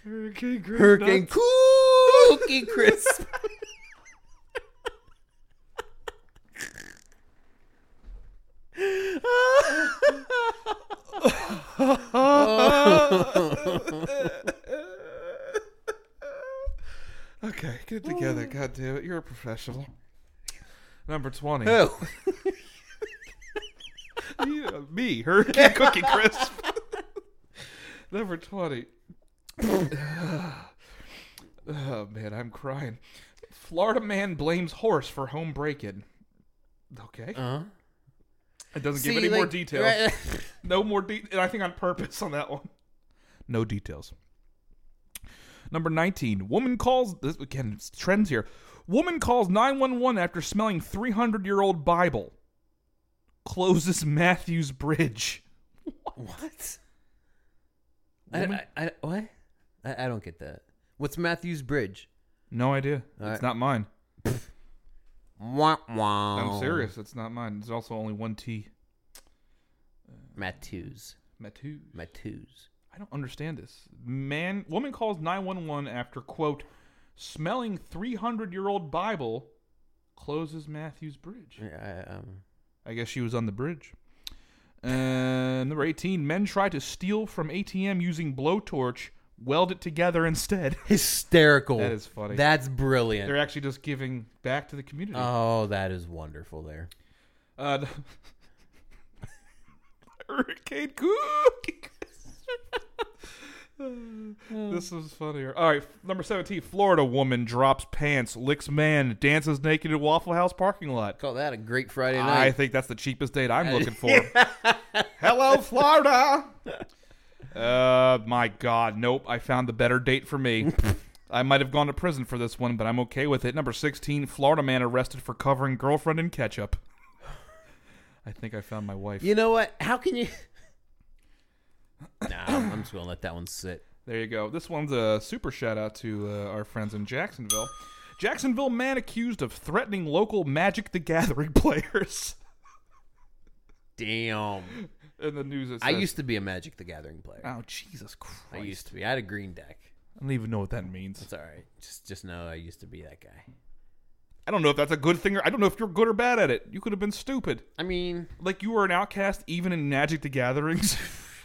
Hurricane Grape Hurricane Nuts. <laughs> Cookie Crisp. <laughs> Okay, get it <sighs> together. God damn it. You're a professional. Number 20. oh. Yeah, me, Hurricane Cookie Crisp. Number 20. oh, man, I'm crying. Florida man blames horse for home break in. Okay. Uh-huh. It doesn't give any more details. uh, No more de- and I think on purpose on that one. No details. Number 19. Woman calls this again, it's trends here. Woman calls 911 after smelling 300-year-old Bible. Closes Matthews Bridge. <laughs> What? I, I, I- what? I, I don't get that. What's Matthew's Bridge? No idea. right. It's not mine. Wah, wah. I'm serious. It's not mine. There's also only one T. Matthews. Matthews. Matthews. I don't understand this. Man, woman calls 911 after quote smelling 300-year-old Bible closes Matthews Bridge. Yeah, I, um, I guess she was on the bridge. And number 18, men try to steal from ATM using blowtorch, weld it together instead. <laughs> hysterical. That is funny. That's They're brilliant. actually just giving back to the community. Oh, that is wonderful there. Uh, <laughs> Hurricane cookies. this is funnier. All right, number 17. Florida woman drops pants, licks man, dances naked in Waffle House parking lot. Call that a great Friday night. Uh, I think that's the cheapest date I'm <laughs> looking for. Hello, Florida. Uh, my God, nope. I found the better date for me. I might have gone to prison for this one, but I'm okay with it. Number 16, Florida man arrested for covering girlfriend in ketchup. I think I found my wife. you know what? How can you? <coughs> nah, I'm I'm just gonna let that one sit. There you go. This one's a super shout out to uh, our friends in Jacksonville. Jacksonville man accused of threatening local Magic the Gathering <laughs> players. Damn. In the news, it I says, used to be a Magic the Gathering player. Oh Jesus Christ! I used to be. I had a green deck. I don't even know what that means. It's all right. Just just know I used to be that guy. I don't know if that's a good thing or I don't know if you're good or bad at it. You could have been stupid. I mean, Like you were an outcast even in Magic the Gatherings.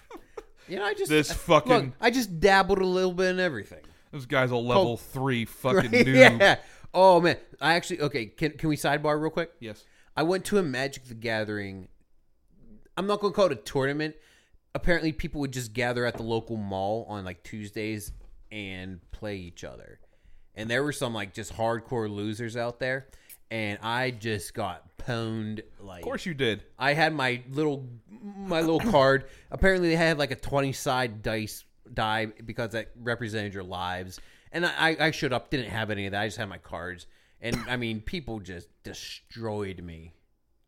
<laughs> you know, I just This I- fucking- Look, I just dabbled a little bit in everything. this guy's a level three fucking Right? dude. <laughs> Yeah. Oh man, I actually okay. Can can we sidebar real quick? Yes. I went to a Magic the Gathering. I'm not going to call it a tournament. Apparently, people would just gather at the local mall on like Tuesdays and play each other. And there were some like just hardcore losers out there, and I just got pwned. Like, Of course you did. I had my little my little card. Apparently, they had like a twenty side dice die because that represented your lives. And I, I showed up, didn't have any of that. I just had my cards, and I mean, people just destroyed me.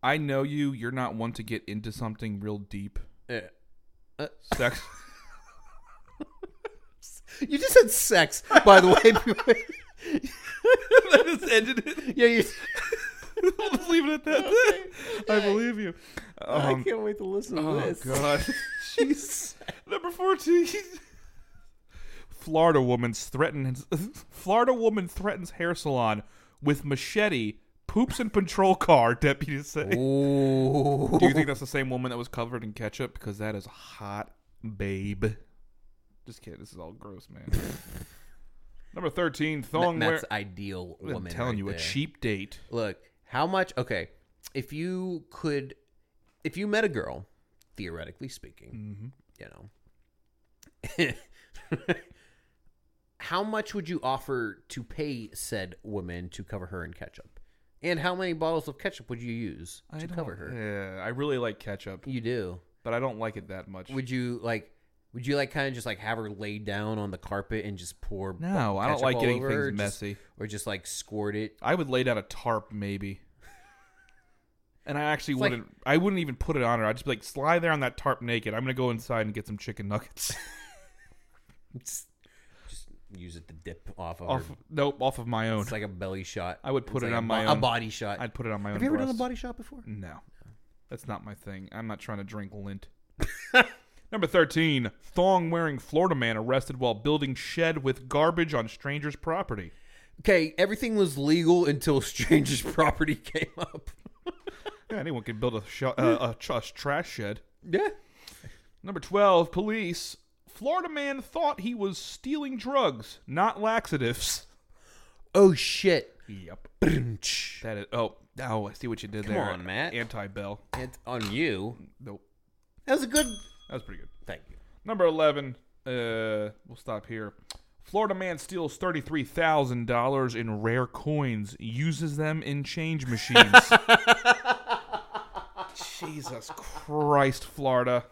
I know you. You're not one to get into something real deep. Uh, Sex. <laughs> you just said sex, by the way. I just ended it. yeah, you, I'll just leave it <laughs> at that. <laughs> I believe you. Um, can't wait to listen to oh <laughs> God, jeez. Number fourteen. Florida woman threatens. Florida woman threatens hair salon with machete. Poops in patrol car. Deputies say. Ooh. Do you think that's the same woman that was covered in ketchup? Because that is hot, babe. Just kidding. This is all gross, <laughs> man. Number thirteen. Thong wear. that's ideal I'm woman. telling right you, a there. cheap date. Look, how much? Okay, if you could, if you met a girl, theoretically speaking, Mm-hmm. you know, <laughs> how much would you offer to pay said woman to cover her in ketchup? And how many bottles of ketchup would you use to don't- cover her? Yeah, I really like ketchup, You do. but I don't like it that much. Would you like? Would you like kind of just like have her lay down on the carpet and just pour? bu- No, I don't ketchup like all getting over things her, just- messy. or just like squirt it. I would lay down a tarp maybe. And I actually like- wouldn't. I wouldn't even put it on her. I'd just be like, "Slide there on that tarp naked. I'm gonna go inside and get some chicken nuggets Just, just use it to dip off of. <laughs> off. her. Nope, off of my own. It's like a belly shot. I would put It's it like on a my bo- own. A body shot. I'd put it on my own. Have you ever done a breast. body shot before? No, that's not my thing. I'm not trying to drink <laughs> lint. Number thirteen: thong wearing Florida man arrested while building shed with garbage on stranger's property. Okay, everything was legal until <laughs> stranger's property came up. Yeah, anyone can build a, sh- uh, a, tr- a trash shed. yeah. Number 12, police. Florida man thought he was stealing drugs, not laxatives. <laughs> Oh shit. Yep. Brunch. That is. Oh, oh, I see what you did Come there. on, Matt. Anti bell. It's on you. Nope. That was a good. That was pretty good. Thank you. Number 11, uh, we'll stop here. Florida man steals $33,000 in rare coins, uses them in change machines. Jesus Christ, Florida.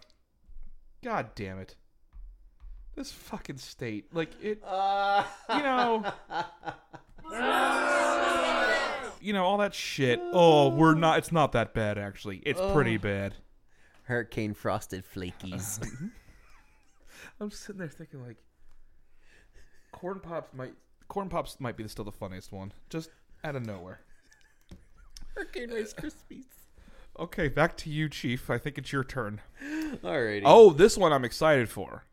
God damn it. This fucking state. Like, it. you know. you know, all that shit. Oh, we're not. It's not that bad, actually. It's pretty bad. Hurricane frosted flakies. <laughs> I'm sitting there thinking like, corn pops might corn pops might be the- still the funniest one, just out of nowhere. Hurricane Rice Krispies. Okay, back to you, Chief. I think it's your turn. Alrighty. Oh, this one I'm excited for.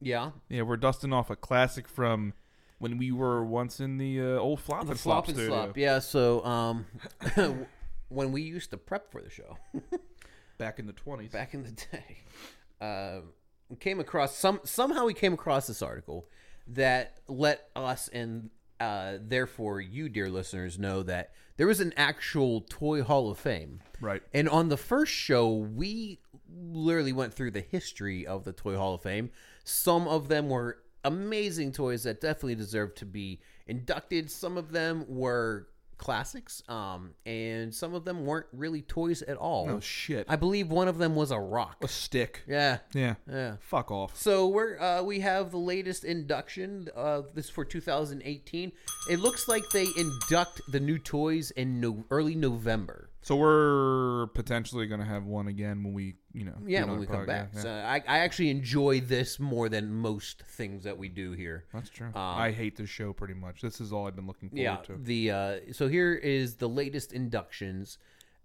yeah. Yeah, we're dusting off a classic from when we were once in the uh, old flop The and flop flop and studio. slop. Yeah. So, um, <laughs> when we used to prep for the show <laughs> Back in the twenties. back in the day, um, we came across some somehow we came across this article that let us and uh, therefore you, dear listeners, know that there was an actual toy Hall of Fame. Right. And on the first show, we literally went through the history of the Toy Hall of Fame. Some of them were amazing toys that definitely deserve to be inducted. Some of them were classics, um, and some of them weren't really toys at all. Oh shit. I believe one of them was a rock. a stick. Yeah, Yeah. yeah. Fuck off. So we're uh, we have the latest induction. Uh, this for 2018. It looks like they induct the new toys in no- early November. So we're potentially gonna have one again when we, you know, Yeah, do when another we come back. product. Yeah, yeah. So I, I actually enjoy this more than most things that we do here. That's true. I hate this show pretty much. This is all I've been looking forward uh, Yeah. to. The uh, so here is the latest inductions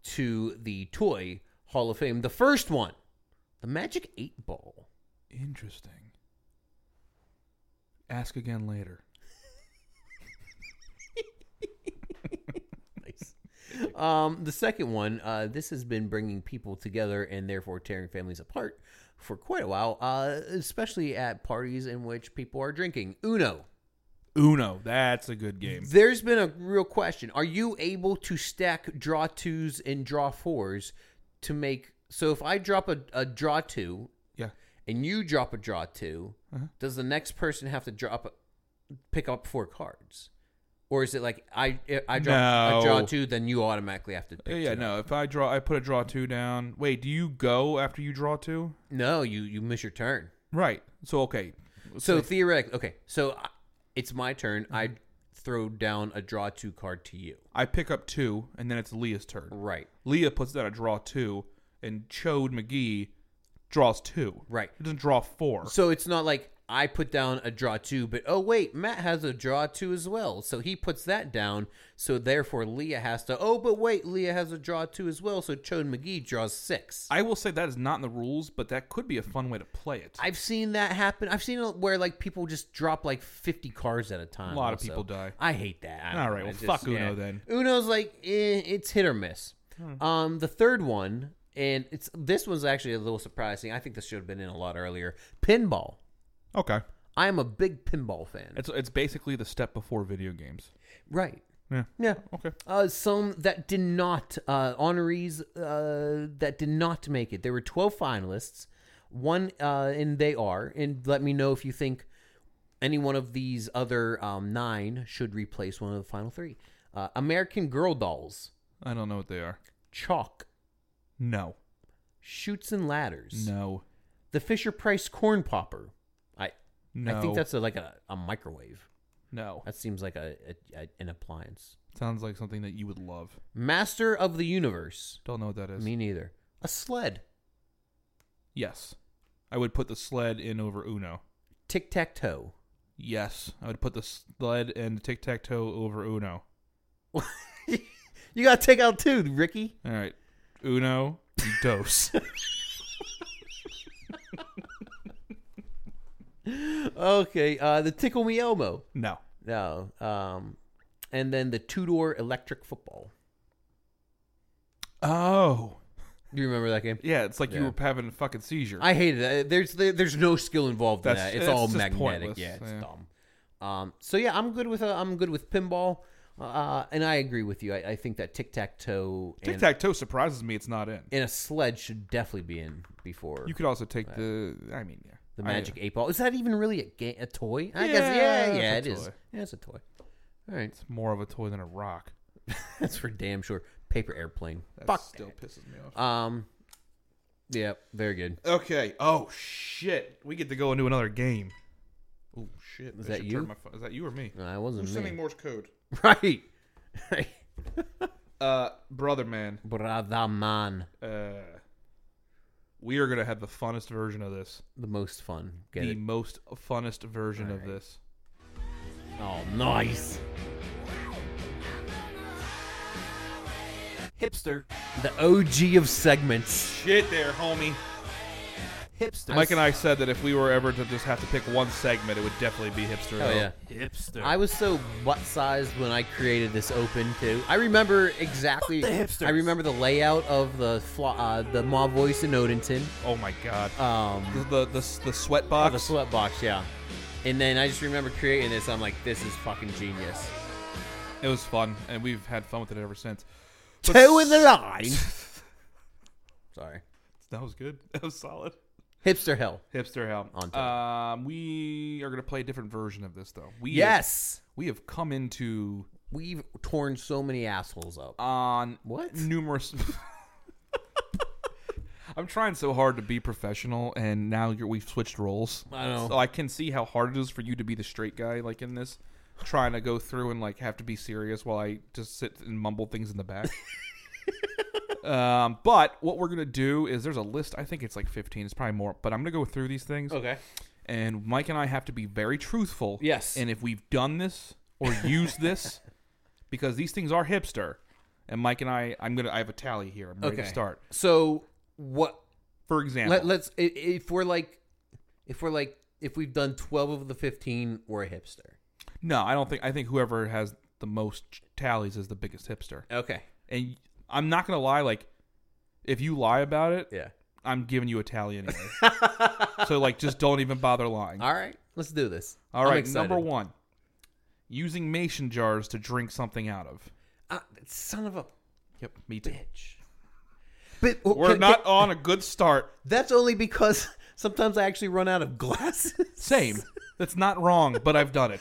to the Toy Hall of Fame. The first one, the Magic Eight Ball. Interesting. Ask again later. Um, the second one, uh, this has been bringing people together and therefore tearing families apart for quite a while, uh, especially at parties in which people are drinking. Uno. Uno. That's a good game. There's been a real question. Are you able to stack draw twos and draw fours to make. So if I drop a, a draw two Yeah. and you drop a draw 2 Uh-huh. does the next person have to drop a, pick up four cards? Or is it like I I drop a draw No. two, then you automatically have to pick Yeah, yeah, two up? no. If I draw, I put a draw two down. Wait, do you go after you draw two? No, you you miss your turn. Right. So okay. So theoretically, okay. So I- it's my turn. I Mm-hmm. throw down a draw two card to you. I pick up two, and then it's Leah's turn. Right. Leah puts down a draw two, and Chode McGee draws two. Right. He doesn't draw four. So it's not like I put down a draw two, but oh wait, Matt has a draw two as well. So he puts that down. So therefore, Leah has to. Oh, but wait, Leah has a draw two as well. So Chode McGee draws six. I will say that is not in the rules, but that could be a fun way to play it. I've seen that happen. I've seen it where like people just drop like fifty cards at a time. A lot of also. people die. I hate that. I don't All know. right, well, I just- fuck Uno then. Hmm. Uno's like eh, it's hit or miss. Um, the third one, and it's this one's actually a little surprising. I think this should have been in a lot earlier. Pinball. Okay. I am a big pinball fan. It's it's basically the step before video games. right. Yeah. Yeah. Okay. Uh, some that did not uh, honorees uh, that did not make it. There were twelve finalists. One uh, and they are. And let me know if you think any one of these other um, nine should replace one of the final three. Uh, American Girl Dolls, I don't know what they are. Chalk, No. Shoots and Ladders, No. the Fisher Price Corn Popper. I No. I think that's a, like a, a microwave. no. That seems like a, a, a an appliance. Sounds like something that you would love. Master of the Universe. Don't know what that is. Me neither. A sled. yes. I would put the sled in over Uno. Tic tac toe. Yes. I would put the sled and tic tac toe over Uno. You gotta take out two, Ricky. All right. Uno, <laughs> dos. Okay, uh, the tickle me Elmo. no. No, um, and then the two door electric football. Oh. Do you remember that game? Yeah, it's like you Yeah. were having a fucking seizure. I hated it. There's there, there's no skill involved in That's- that. It's, it's all just magnetic. pointless, Yeah, it's yeah. dumb. Um, so yeah, I'm good with uh, I'm good with pinball, uh, and I agree with you. I, I think that tic tac toe Tic and, tac toe surprises me it's not in. and a sled should definitely be in before You could also take the. I mean, Oh, yeah. the I- magic eight ball. Is that even really a ga- a toy? I Yeah, guess yeah, it's yeah, a it is. toy. Yeah, it's a toy. All right, <laughs> it's more of a toy than a rock. That's for damn sure. Paper airplane. That Fuck. still pisses me off. Um. Yeah, very good. Okay. Oh shit. We get to go into another game. Oh shit. Is that you? My phone. Is that you or me? No, I Uh, wasn't Who's me. sending Morse code? Right. <laughs> Right. Uh, brother man. Brother man, Uh, we are gonna have the funnest version of this. the most fun. Get the it? most funnest version of this. Oh, nice. Hipster. The OG of segments. Shit, there, homie. Hipster. Mike and I said that if we were ever to just have to pick one segment, it would definitely be hipster. Oh yeah. Hipster. I was so butt sized when I created this open too. I remember exactly. Fuck the hipsters. I remember the layout of the fla- uh, the mob voice in Odenton. Oh my god. Um. oh, the the the, the sweat box. The sweat box, yeah. And then I just remember creating this. I'm like, this is fucking genius. It was fun, <laughs> and we've had fun with it ever since. Two in the line. Sorry. That was good. <laughs> That was solid. Hipster hell. Hipster hell. On to it. Um, we are gonna play a different version of this though. We Yes. we have come into We've torn so many assholes up. on What? numerous. <laughs> I'm trying so hard to be professional, and now you're, we've switched roles. I know. So I can see how hard it is for you to be the straight guy, like in this, trying to go through and like have to be serious while I just sit and mumble things in <laughs> the back. um, but what we're gonna do is there's a list. I think it's like 15. It's probably more, but I'm gonna go through these things. Okay. And Mike and I have to be very truthful. Yes. And if we've done this or <laughs> used this, because these things are hipster, and Mike and I, I'm gonna, I have a tally here. I'm ready Okay. to start. So what? For example, Let, let's i- if we're like, if we're like, if we've done twelve of the fifteen, we're a hipster. no, I don't think. I think whoever has the most tallies is the biggest hipster. Okay. And I'm not gonna lie, like if you lie about it, Yeah. I'm giving you a <laughs> tally anyway. so like, just don't even bother lying. All right. Let's do this. All I'm right, excited. number one, using mason jars to drink something out of. Ah, son of a Yep, me too. bitch. But oh, We're can- not can- on a good start. that's only because <laughs> sometimes I actually run out of glasses. <laughs> Same. That's not wrong, but I've done it.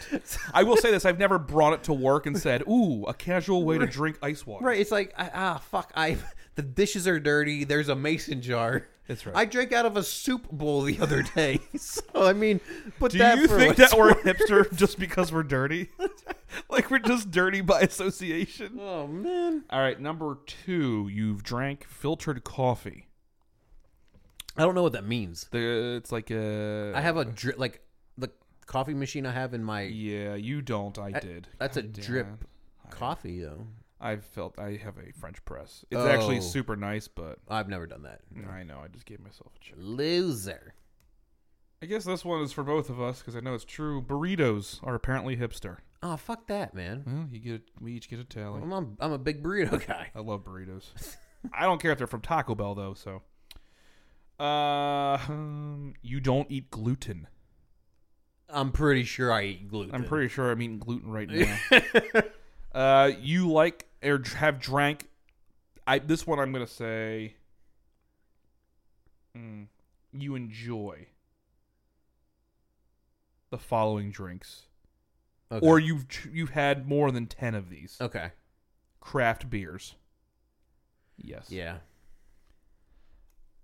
I will say this: I've never brought it to work and said, "Ooh, a casual way to drink ice water." Right. It's like I- ah fuck. I <laughs> the dishes are dirty. There's a mason jar. That's right. I drank out of a soup bowl the other day. <laughs> so I mean, but Do that you for think what's <laughs> that we're hipster just because we're dirty? <laughs> like we're just dirty by association. Oh man. All right, number two, you've drank filtered coffee. I don't know what that means. The, it's like a. I have a drip like the coffee machine I have in my Yeah, you don't. I, did. that's a God damn drip it. coffee though. I felt I have a French press. It's actually Oh. super nice, but I've never done that. I know I just gave myself a chip. Loser. I guess this one is for both of us because I know it's true. Burritos are apparently hipster. Oh fuck that, man. Well, you get we each get a tally. I'm a, I'm a big burrito <laughs> guy. I love burritos. <laughs> I don't care if they're from Taco Bell though. So, uh, um, you don't eat gluten. I'm pretty sure I eat gluten. <laughs> I'm pretty sure I'm eating gluten <laughs> right now. uh, you like or dr- have drank? I this one I'm gonna say. mm, you enjoy the following drinks, okay. or you've tr- you've had more than ten of these okay. craft beers. Yes. Yeah.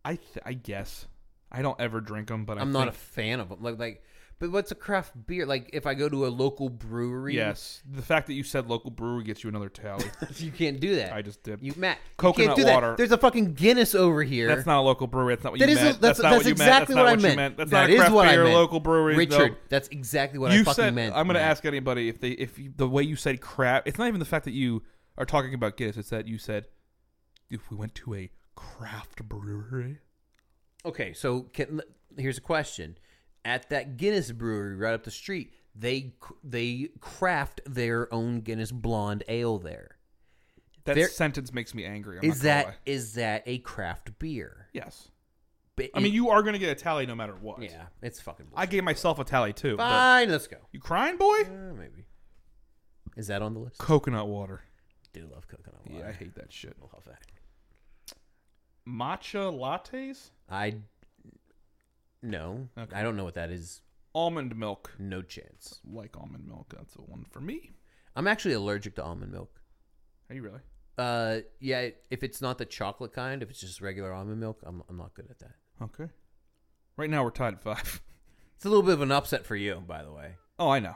I th- I guess I don't ever drink them, but I I'm not a think- fan of them. Like, like, but what's a craft beer? Like, if I go to a local brewery, Yes, the fact that you said local brewery gets you another tally. <laughs> you can't do that. I just did. you, Matt, you Coconut can't do that. water. There's a fucking Guinness over here. That's not a local brewery. That's not what That you is a- meant. that's, not that's what you exactly meant. what I That's not what meant. you meant. That's That not a is craft what I beer meant. local brewery. Richard, though. that's exactly what I you fucking said. meant. I'm going to Matt. ask anybody if they if you, the way you said crap. It's not even the fact that you are talking about Guinness. It's that you said if we went to a craft brewery. Okay, so can, here's a question: At that Guinness brewery right up the street, they c- they craft their own Guinness blonde ale. There That There- sentence makes me angry. I'm is not gonna that lie. is that a craft beer? yes? But I mean, you are going to get a tally no matter what. yeah, it's fucking. I gave myself a tally too. but- Fine, let's go. You crying, boy? Uh, maybe. Is that on the list? Coconut water. Do love coconut water. Yeah, I hate that shit. Love that. Matcha lattes, I no. Okay. I don't know what that is. almond milk. No chance. Like almond milk. That's the one for me. I'm actually allergic to almond milk. Are you really? Uh, yeah. If it's not the chocolate kind, if it's just regular almond milk, I'm I'm not good at that. Okay. Right now we're tied at five. <laughs> It's a little bit of an upset for you, by the way. Oh, I know.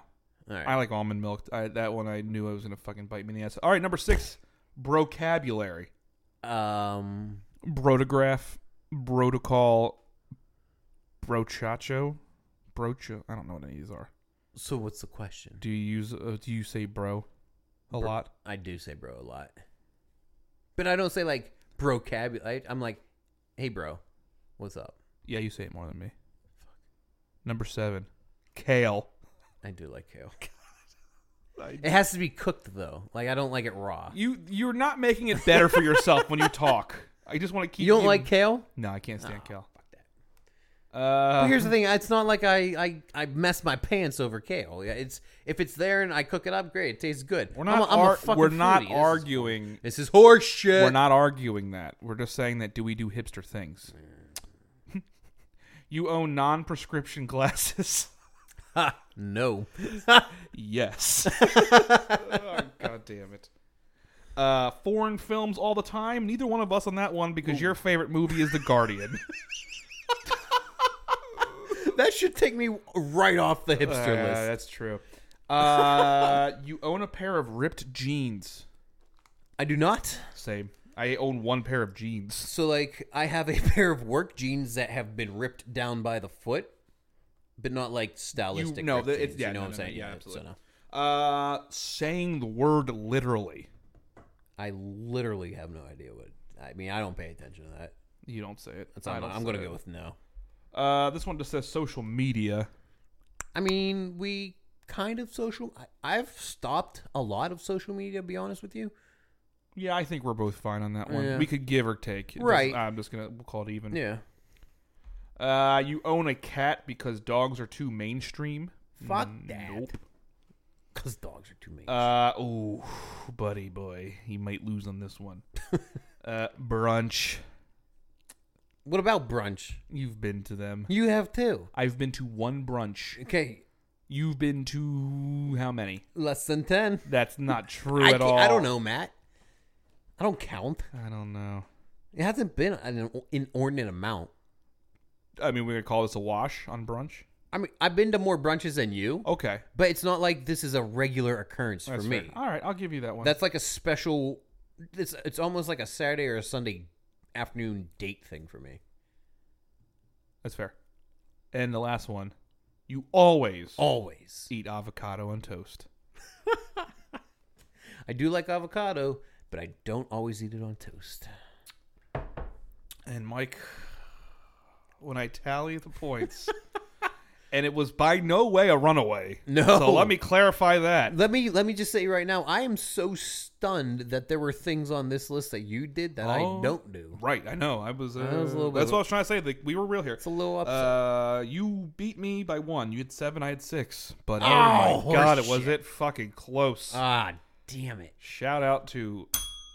All right. I like almond milk. I, that one I knew I was gonna fucking bite me in the ass. All right, number six, brocabulary, um. brotograph, brotocol, brochacho, brocha. I don't know what any of these are. So what's the question? Do you use? Uh, do you say bro a Bro- lot? I do say bro a lot, but I don't say like bro cab. I, I'm like, hey bro, what's up? Yeah, you say it more than me. Number seven, kale. I do like kale. It has to be cooked though. Like I don't like it raw. You you're not making it better for yourself when you talk. I just want to keep. You don't like kale? No, I can't stand kale. Fuck that. Uh, But here's the thing: it's not like I, I I mess my pants over kale. Yeah, It's if it's there and I cook it up, great. It tastes good. we're not I'm a- I'm a ar- fucking we're foodie. not This is- arguing. This is horse shit. We're not arguing that. We're just saying that do we do hipster things? <laughs> You own non-prescription glasses. <laughs> No. <laughs> Yes. <laughs> oh, God damn it. Uh, foreign films all the time. Neither one of us on that one because your favorite movie is The <laughs> Guardian. that should take me right off the Uh, hipster list. that's <laughs> true. Uh, you own a pair of ripped jeans. I do not. Same. I own one pair of jeans. So like I have a <laughs> pair of work jeans that have been ripped down by the foot, but not like stylistic. no, ripped the- it's- jeans, yeah, you know what no, I'm no, no, saying? yeah, so absolutely. no. Uh, saying the word literally. I literally have no idea what. I mean, I don't pay attention to that. You don't say it. So I'm, I don't I'm say gonna it. go with no. Uh, this one just says social media. I mean, we kind of social. I, I've stopped a lot of social media. To be honest with you. Yeah, I think we're both fine on that one. Yeah. We could give or take. It doesn't- Right. I'm just gonna we'll call it even. Yeah. Uh, you own a cat because dogs are too mainstream. Fuck Mm, that. Nope. Cause dogs are too mean. Uh, ooh, buddy boy, he might lose on this <laughs> one. uh, brunch. what about brunch? You've been to them. You have too. I've been to one brunch. Okay, You've been to how many? less than ten. That's not true I, at ca- all. I don't know, Matt. I don't count. I don't know. It hasn't been an inordinate amount. I mean, we're gonna call this a wash on brunch. I mean, I've been to more brunches than you, Okay, but it's not like this is a regular occurrence Oh. that's for me. fair. All right, I'll give you that one. That's like a special. It's it's almost like a Saturday or a Sunday afternoon date thing for me. that's fair. And the last one, you always Always, eat avocado on toast. I do like avocado, but I don't always eat it on toast. And Mike, when I tally the points, <laughs> and it was by no way a runaway. No. So let me clarify that. Let me let me just say right now, I am so stunned that there were things on this list that you did that Oh. I don't do. Right, I know. I was. Uh, I was a little bit- that's what I was trying to say. Like, we were real here. It's a little upset. Uh, you beat me by one. You had seven. I had six. But oh, Oh, my god, it horseshit. was it fucking close. ah, damn it! Shout out to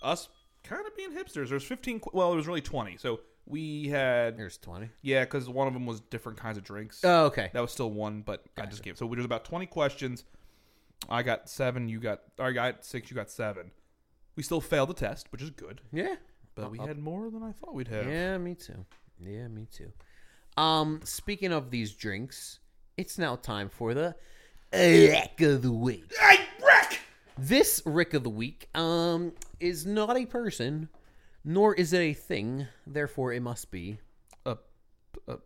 us, kind of being hipsters. There's 15. qu- Well, it was really 20. So we had There's twenty. yeah, because one of them was different kinds of drinks. Oh, okay. That was still one, but I just gave. So there's about 20 questions. I got seven. You got. I got six. You got seven. We still failed the test, which is good. Yeah. But we had more than I thought we'd have. Yeah, me too. Yeah, me too. Um, speaking of these drinks, it's now time for the Rick of the Week. Hey, Rick! This Rick of the Week um is not a person, nor is it a thing. Therefore, it must be. A, a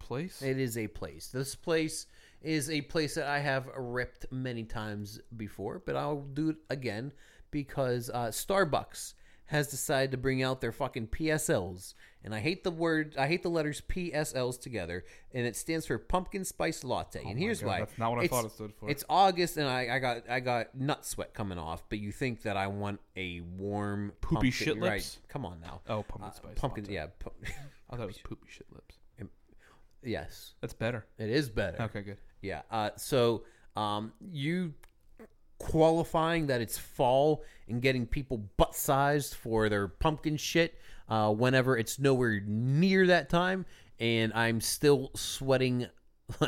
place. It is a place. This place is a place that I have ripped many times before, but I'll do it again because uh, Starbucks has decided to bring out their fucking PSLs, and I hate the word. I hate the letters PSLs together, and it stands for pumpkin spice latte. and here's Oh God, why. that's not what I It's- thought it stood for. It's August, and I, I got I got nut sweat coming off. But you think that I want a warm Poopy pumpkin- shit right. lips? Come on now. Oh, pumpkin Uh, spice pumpkin. latte. Yeah. Pu- <laughs> I thought it was poopy shit lips. yes, That's better. it is better. Okay, good. Yeah. Uh, so um, you qualifying that it's fall and getting people butt sized for their pumpkin shit uh, whenever it's nowhere near that time, and I'm still sweating.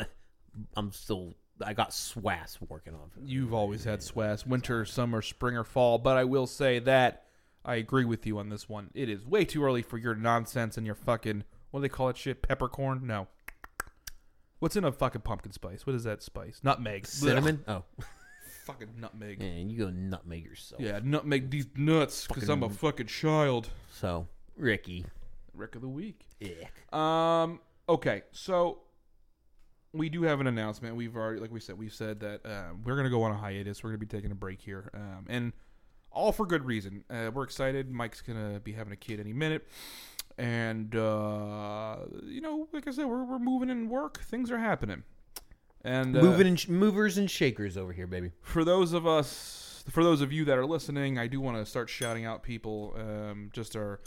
<laughs> I'm still. I got swass working on it. You've always had swass, winter, summer, spring, or fall. But I will say that I agree with you on this one. It is way too early for your nonsense and your fucking what do they call it? Shit, peppercorn? No. What's in a fucking pumpkin spice? What is that spice? Nutmeg. Cinnamon. Oh, Ugh, fucking nutmeg. Yeah, man, you go nutmeg yourself. nutmeg these nuts because I'm a fucking child. So Ricky. Rick of the week. Ick. Um. Okay. So we do have an announcement. We've already, like we said, we've said that uh, we're gonna go on a hiatus. We're gonna be taking a break here, um, and all for good reason. Uh, we're excited. Mike's gonna be having a kid any minute, and uh, you know, like I said, we're we're moving in work. Things are happening, and uh, Moving and sh- movers and shakers over here, baby. for those of us, for those of you that are listening, I do want to start shouting out people. Um, just our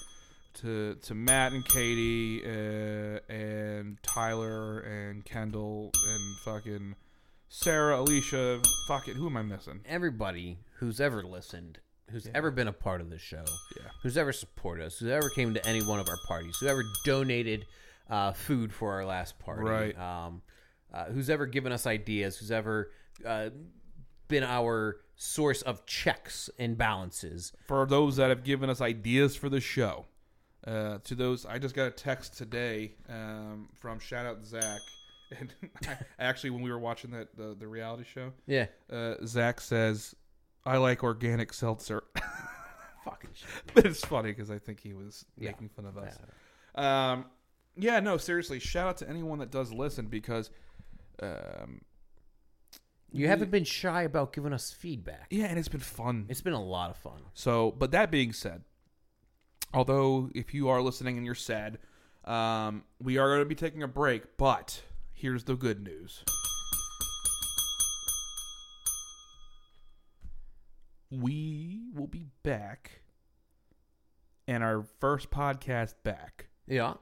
to to Matt and Katie uh, and Tyler and Kendall and fucking Sarah, Alicia, fuck it. Who am I missing? everybody who's ever listened, who's ever been a part of the show, Yeah. who's ever supported us, who's ever came to any one of our parties, whoever donated uh, food for our last party. Right. Um, uh, who's ever given us ideas? Who's ever uh, been our source of checks and balances? for those that have given us ideas for the show. Uh, to those, I just got a text today um, from shout out Zach, <laughs> and I, actually when we were watching that the, the reality show, Yeah. uh, Zach says, "I like organic seltzer." <laughs> Fucking shit. but it's funny because I think he was Yeah. making fun of us. Um, yeah, no, seriously, shout out to anyone that does listen because, um, You haven't been shy about giving us feedback. yeah, and it's been fun. It's been a lot of fun. So, but that being said, although if you are listening and you're sad, um, we are going to be taking a break. But here's the good news: we will be back, and our first podcast back Yeah.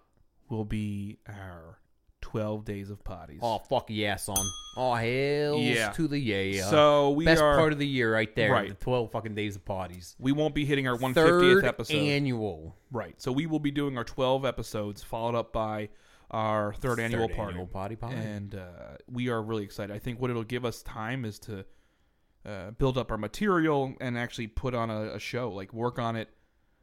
will be our twelve days of potties. Oh fuck yes, on. Oh hell Yeah. to the yeah. yeah. So we best are part of the year right there. Right. The twelve fucking days of parties. we won't be hitting our one Third fiftieth episode. annual. Right. So we will be doing our 12 episodes, followed up by our third, annual party. annual potty pie. And uh, we are really excited. I think what it'll give us time is to uh, build up our material and actually put on a, a show, like work on it.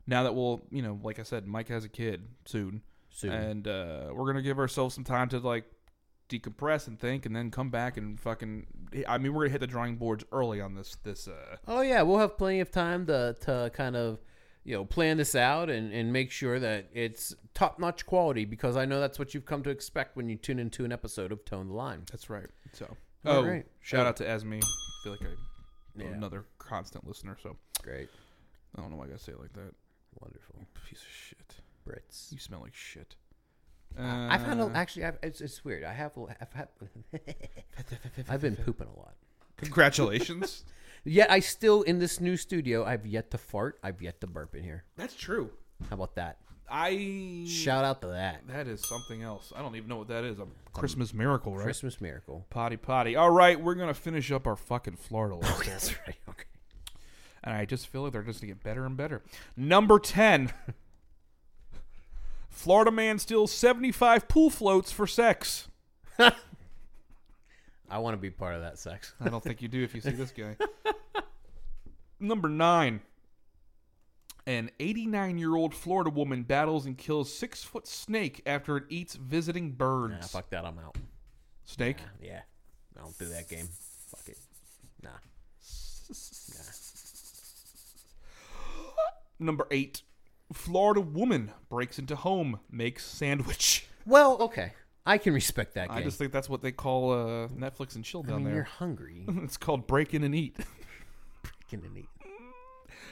Now that we'll, you know, like I said, Mike has a kid soon, Soon. and uh, we're gonna give ourselves some time to like decompress and think, and then come back and fucking. I mean, we're gonna hit the drawing boards early on this. This. Uh, Oh yeah, we'll have plenty of time to to kind of you know plan this out and and make sure that it's top notch quality because I know that's what you've come to expect when you tune into an episode of Tone the Line. That's right. So, All oh, right. shout Oh. out to Esme. I feel like I'm Yeah. another constant listener, so Great, I don't know why I gotta say it like that. wonderful Piece of shit. Brits. You smell like shit. I've had a, Uh, actually. I've, it's, it's weird. I have. I've, <laughs> had, I've been pooping a lot. congratulations. <laughs> Yet I still in this new studio. I've yet to fart. I've yet to burp in here. That's true. How about that? I Shout out to that that is something else. I don't even know what that is. A Christmas miracle, right? Christmas miracle. potty potty. All right, we're gonna finish up our fucking Florida list, That's right. <laughs> Okay. and I just feel like they're just gonna get better and better. Number ten. <laughs> Florida man steals seventy-five pool floats for sex. I want to be part of that sex. <laughs> I don't think you do if you see this guy. <laughs> Number nine. An 89 year old Florida woman battles and kills six foot snake after it eats visiting Nah, birds. fuck that. I'm out. snake? Yeah. I don't do that game. Fuck it. Nah. Number eight. Florida woman breaks into home, makes sandwich. Well, okay. I can respect that game. I just think that's what they call uh, Netflix and chill I down mean, you're there. <laughs> hungry. It's called break in and eat. <laughs> Fucking idiot.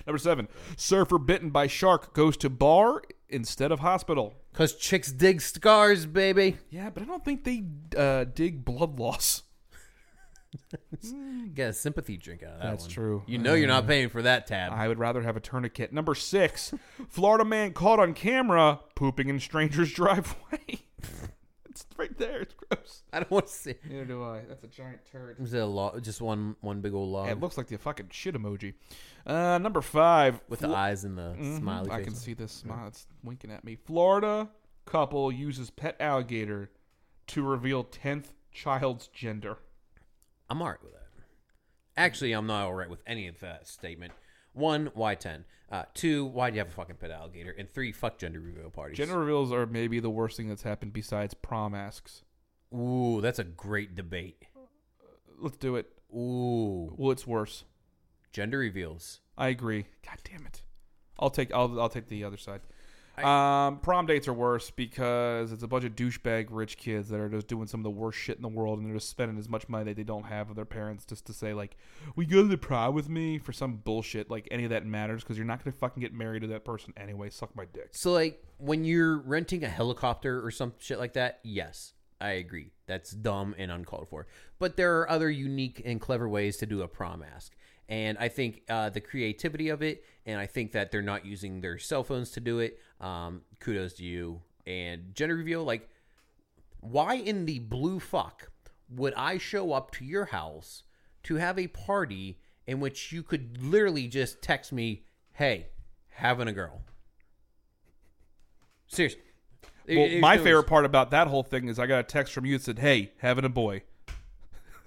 Number seven. Surfer bitten by shark goes to bar instead of hospital. Cause chicks dig scars, baby. Yeah, but I don't think they uh, dig blood loss. Get a sympathy drink out of that That's one. true. You know you're not paying for that tab. I would rather have a tourniquet. Number six, <laughs> Florida man caught on camera pooping in stranger's <laughs> driveway. it's right there. It's gross. <laughs> I don't want to see. Neither do I. That's a giant turd. Is it a lo- just one one big old log It looks like the fucking shit emoji. Uh, number five. with the eyes and the smiley face? Mm-hmm. I can see this smile. It's winking at me. Florida couple uses pet alligator to reveal 10th child's gender. I'm alright with that. Actually, I'm not alright with any of that statement. One, why ten? Uh, two, why do you have a fucking pet alligator? And three, fuck gender reveal parties. Gender reveals are maybe the worst thing that's happened besides prom asks. Ooh, that's a great debate. Let's do it. Ooh, Well, it's worse. gender reveals. I agree. God damn it. I'll take I'll I'll take the other side. um, prom dates are worse because it's a bunch of douchebag rich kids that are just doing some of the worst shit in the world, and they're just spending as much money that they don't have with their parents just to say like, "We go to the prom with me" for some bullshit. Like any of that matters because you're not gonna fucking get married to that person anyway. Suck my dick. So like when you're renting a helicopter or some shit like that, yes, I agree. That's dumb and uncalled for. But there are other unique and clever ways to do a prom ask. And I think uh, the creativity of it, and I think that they're not using their cell phones to do it. Um, kudos to you. And gender reveal, like, why in the blue fuck would I show up to your house to have a party in which you could literally just text me, hey, having a girl? Seriously. It- Well, it- my it was- favorite part about that whole thing is I got a text from you that said, "Hey, having a boy."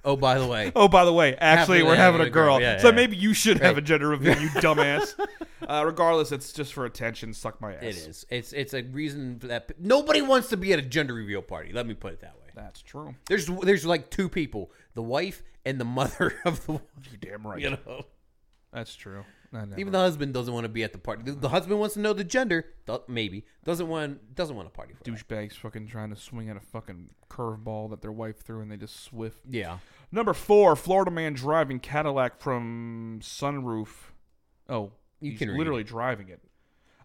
Oh, by the way, Oh, by the way, actually, Having we're a- having a girl. yeah, so yeah. maybe you should have a Right. gender reveal, <laughs> you dumbass. uh, regardless, it's just for attention. Suck my ass. it is. It's it's a reason for that nobody wants to be at a gender reveal party. Let me put it that way. That's true. There's there's like two people, the wife and the mother <laughs> of the You damn right. you know. That's true. I never- Even the husband doesn't want to be at the party. The, the husband wants to know the gender, do- maybe doesn't want doesn't want a party for. that. douchebags fucking trying to swing at a fucking curveball that their wife threw and they just swift. Yeah, Number four, Florida man driving Cadillac from sunroof. Oh, You he's can read. literally driving it.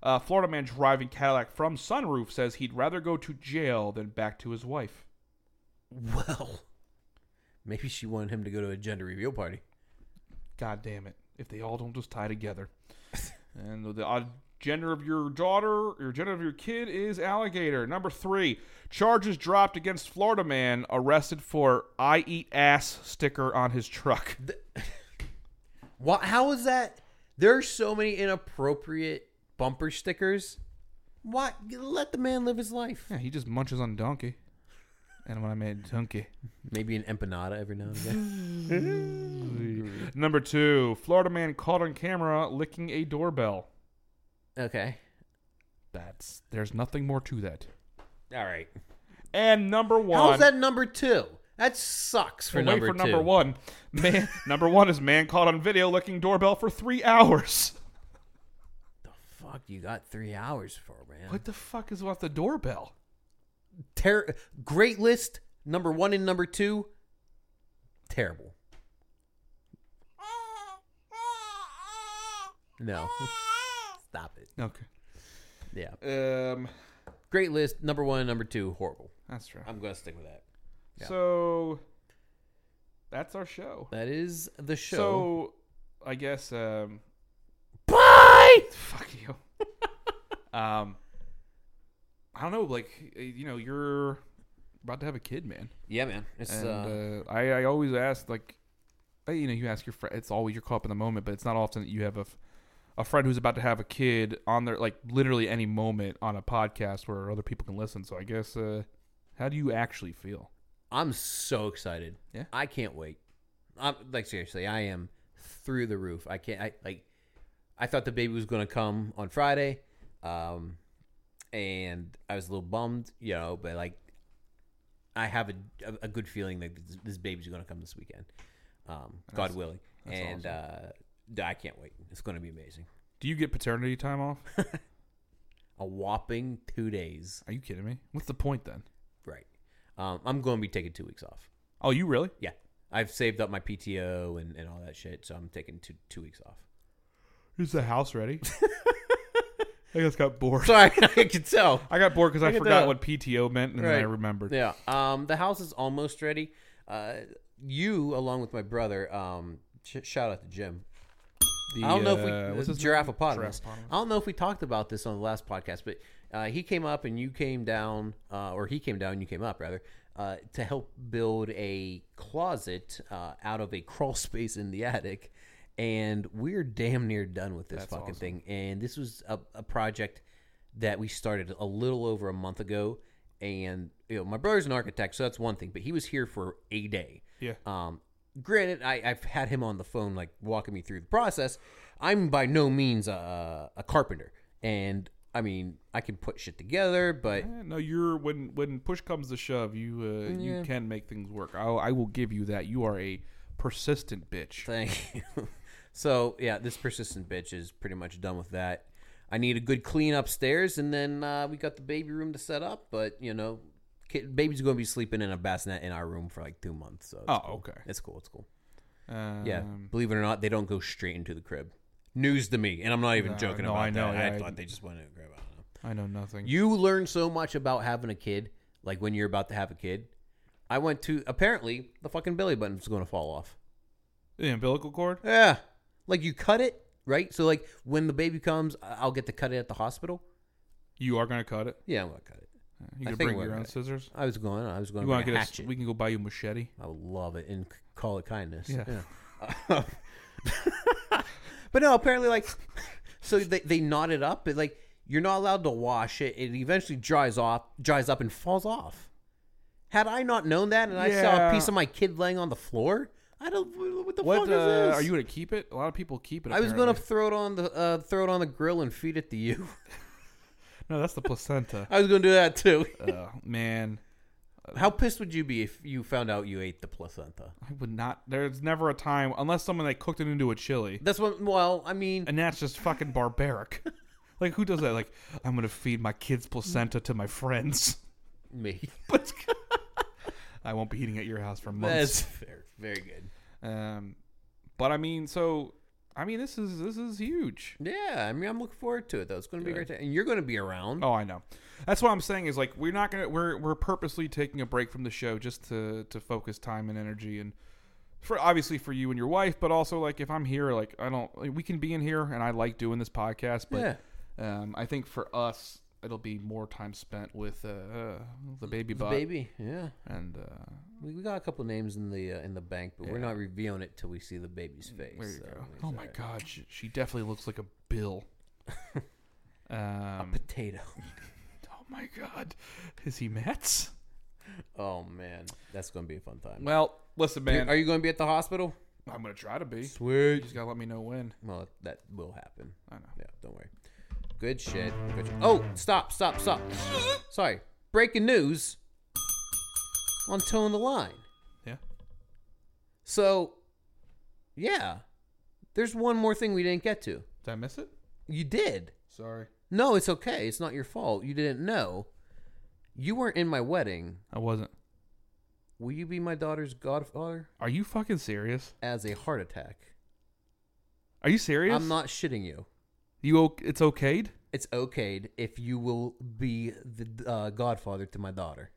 Uh, Florida man driving Cadillac from sunroof says he'd rather go to jail than back to his wife. well, maybe she wanted him to go to a gender reveal party. God damn it. If they all don't just tie together. and the odd gender of your daughter, your gender of your kid is alligator. Number three, charges dropped against Florida man arrested for I eat ass sticker on his truck. Why, how is that? There are so many inappropriate bumper stickers. Why let the man live his life? <laughs> Yeah, he just munches on donkey. And when I made donkey. Maybe an empanada every now and again. Number two, Florida man caught on camera licking a doorbell. <laughs> okay, That's there's nothing more to that. all right. And number one How's that number two? That sucks for Wait number for two. number one. Man, <laughs> number one is man caught on video licking doorbell for three hours. Fuck, you got three hours for man. <laughs> What the fuck is with the doorbell? Ter- great list number one and number two terrible no <laughs> stop it Okay. yeah Um, great list number one and number two horrible that's true. i'm gonna stick with that yeah. So that's our show. that is the show So I guess um, <laughs> bye fuck <laughs> you. um, I don't know. Like you know, you're about to have a kid, man. yeah man it's And uh, uh, I, I always ask, like, uh, you know, you ask your friend. It's always you're caught up in the moment, but it's not often that you have a, f- a friend who's about to have a kid on their like literally any moment on a podcast where other people can listen. So I guess, uh, how do you actually feel? i'm so excited Yeah. i can't wait i'm like seriously i am through the roof i can't i like i thought the baby was gonna come on friday um and i was a little bummed you know but like I have a, a- a good feeling that this, this baby's going to come this weekend, um, God willing. and uh, I can't wait. It's going to be amazing. Do you get paternity time off? A whopping two days. Are you kidding me? What's the point then? Right. Um, I'm going to be taking two weeks off. Oh, you really? Yeah. I've saved up my PTO and, and all that shit, so I'm taking two, two weeks off. Is the house ready? <laughs> I just got <laughs> bored. Sorry, I can tell. I got bored because I Look at forgot that. what PTO meant, and then I Right. remembered. Yeah. Um, the house is almost ready. Uh, you, along with my brother, um, sh- shout out to Jim. The, I don't know if we uh, what's his name? giraffopotamus. Giraffopotamus. I don't know if we talked about this on the last podcast, but uh, he came up and you came down, uh, or he came down and you came up rather, uh, to help build a closet uh, out of a crawl <laughs> space in the attic, and we're damn near done with this fucking thing. And this was a, a project that we started a little over a month ago, and you know my brother's an architect, so that's one thing, but he was here for a day. Yeah. Um, granted, I, I've had him on the phone, like walking me through the process. I'm by no means a, a carpenter, and I mean I can put shit together, but Yeah, Eh, no, you're when when push comes to shove, you uh, you can make things work. I, I will give you that. You are a persistent bitch. thank you. <laughs> so yeah, this persistent bitch is pretty much done with that. I need a good clean upstairs, and then uh, we got the baby room to set up. But you know, kid, baby's going to be sleeping in a bassinet in our room for like two months. So it's Oh, cool. okay. it's cool, it's cool. Um, Yeah, believe it or not, they don't go straight into the crib. News to me, and I'm not even joking no, about I know, that. yeah, I I- thought they just went into the crib. I don't know. I know nothing. You learn so much about having a kid, like when you're about to have a kid. I went to apparently the fucking belly button's going to fall off. the umbilical cord. Yeah, like you cut it right. So like when the baby comes, I- I'll get to cut it at the hospital. You are gonna cut it. Yeah, I'm gonna cut it. You I can think bring we're your own gonna- scissors. I was going. I was going You to want get to get us? hatchet. We can go buy you a machete. I would love it and c- call it kindness. Yeah. <laughs> Yeah. but no, apparently, like, so they, they knot it up, but like, You're not allowed to wash it. It eventually dries off, dries up, and falls off. Had I not known that, and I saw a Yeah. piece of my kid laying on the floor, I don't. What the fuck What is uh, this? are you gonna keep it? A lot of people keep it. I was gonna apparently. throw it on the uh, throw it on the grill and feed it to you. <laughs> No, that's the placenta. I was gonna do that too. oh man, Uh, How pissed would you be if you found out you ate the placenta? I would not. There's never a time unless someone like cooked it into a chili, That's what. Well, I mean, and that's just fucking <laughs> barbaric. like who does that? Like I'm gonna feed my kids placenta to my friends. me. But I won't be eating at your house for That's <laughs> months. fair. Very good. Um, but I mean, so I mean, this is this is huge. Yeah, I mean, I'm looking forward to it though. It's gonna be great, to, and you're gonna be around. Oh, I know. That's what I'm saying is like we're not gonna we're we're purposely taking a break from the show just to to focus time and energy and for obviously for you and your wife, but also like if I'm here, like I don't like, we can be in here and I like doing this podcast, but um, I think for us it'll be more time spent with uh, uh the baby the butt baby. Yeah, and uh, we, we got a couple names in the uh, in the bank, but we're not revealing it till we see the baby's face. there you so go. it's Oh my alright. god, she, she definitely looks like a <laughs> bill. um, potato. <laughs> oh my god, is he Mets? Oh man, that's gonna be a fun time. Well, listen, man, Are you gonna be at the hospital? I'm gonna try to be. You Sweet. just gotta let me know when. Well, that will happen. I know. Yeah, don't worry. Good shit. Good shit. Oh, stop, stop, stop. Sorry. Breaking news on Toe in the Line. Yeah. So, yeah. There's one more thing we didn't get to. Did I miss it? You did. Sorry. No, it's okay. It's not your fault. You didn't know. You weren't in my wedding. I wasn't. Will you be my daughter's godfather? Are you fucking serious? As a heart attack. Are you serious? I'm not shitting you. You o- it's okayed? It's okayed if you will be the uh, godfather to my daughter.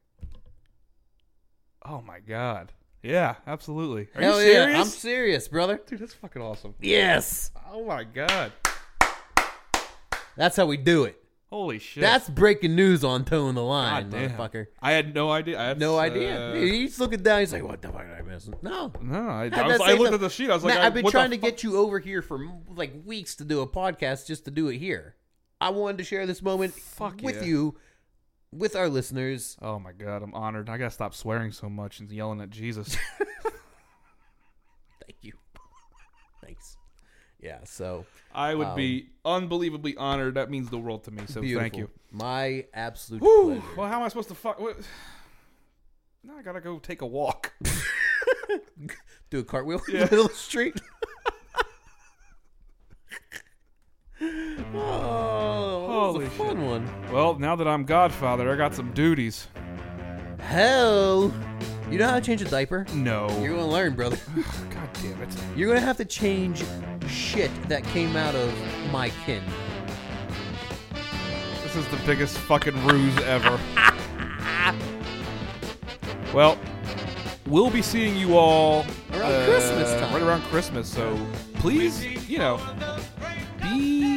Oh my god. Yeah, absolutely. Are Hell you serious? yeah, I'm serious, brother. Dude, that's fucking awesome. Yes, Oh my god. that's how we do it. Holy shit. That's breaking news on toe in the line, God damn. motherfucker. I had no idea. I had No uh, idea. He's looking down. He's like, "What the fuck did I miss?" No. No, I, Had I, was, that I same looked thought. at the sheet. I was like, Man, I, I've been what the trying to fuck? get you over here for like weeks to do a podcast, just to do it here. I wanted to share this moment Fuck with yeah. you, with our listeners. Oh my god, I'm honored. I gotta stop swearing so much and yelling <laughs> at Jesus. Thank you. Thanks. Yeah. So I would be unbelievably honored. That means the world to me. So Um, beautiful. thank you. My absolute Whew. pleasure. Well, how am I supposed to fuck? What? <sighs> Now I gotta go take a walk. do a cartwheel in the middle of the <laughs> street. oh, Holy that was a fun one. well, now that I'm Godfather, I got some duties. Hell, you know how to change a diaper? No. You're gonna learn, brother. God damn it. You're gonna have to change shit that came out of my kin. This is the biggest fucking ruse ever. well, we'll be seeing you all uh, Around Christmas time. Right around Christmas. So please, you know, be.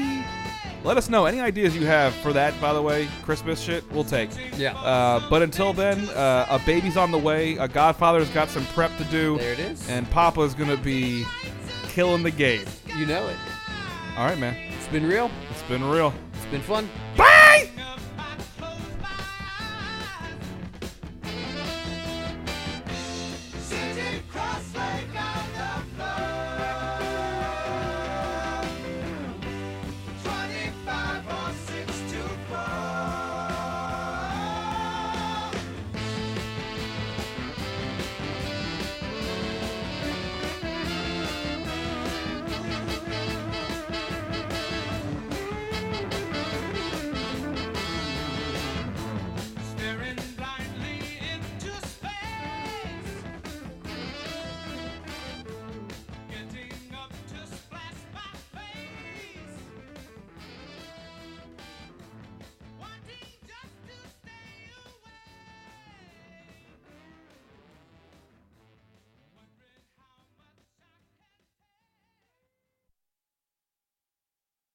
Let us know any ideas you have for that. By the way, Christmas shit, we'll take. Yeah. Uh, but until then, uh, a baby's on the way. A Godfather's got some prep to do. There it is. And Papa's gonna be killing the game. You know it. All right, man. It's been real. It's been real. It's been fun. Bye.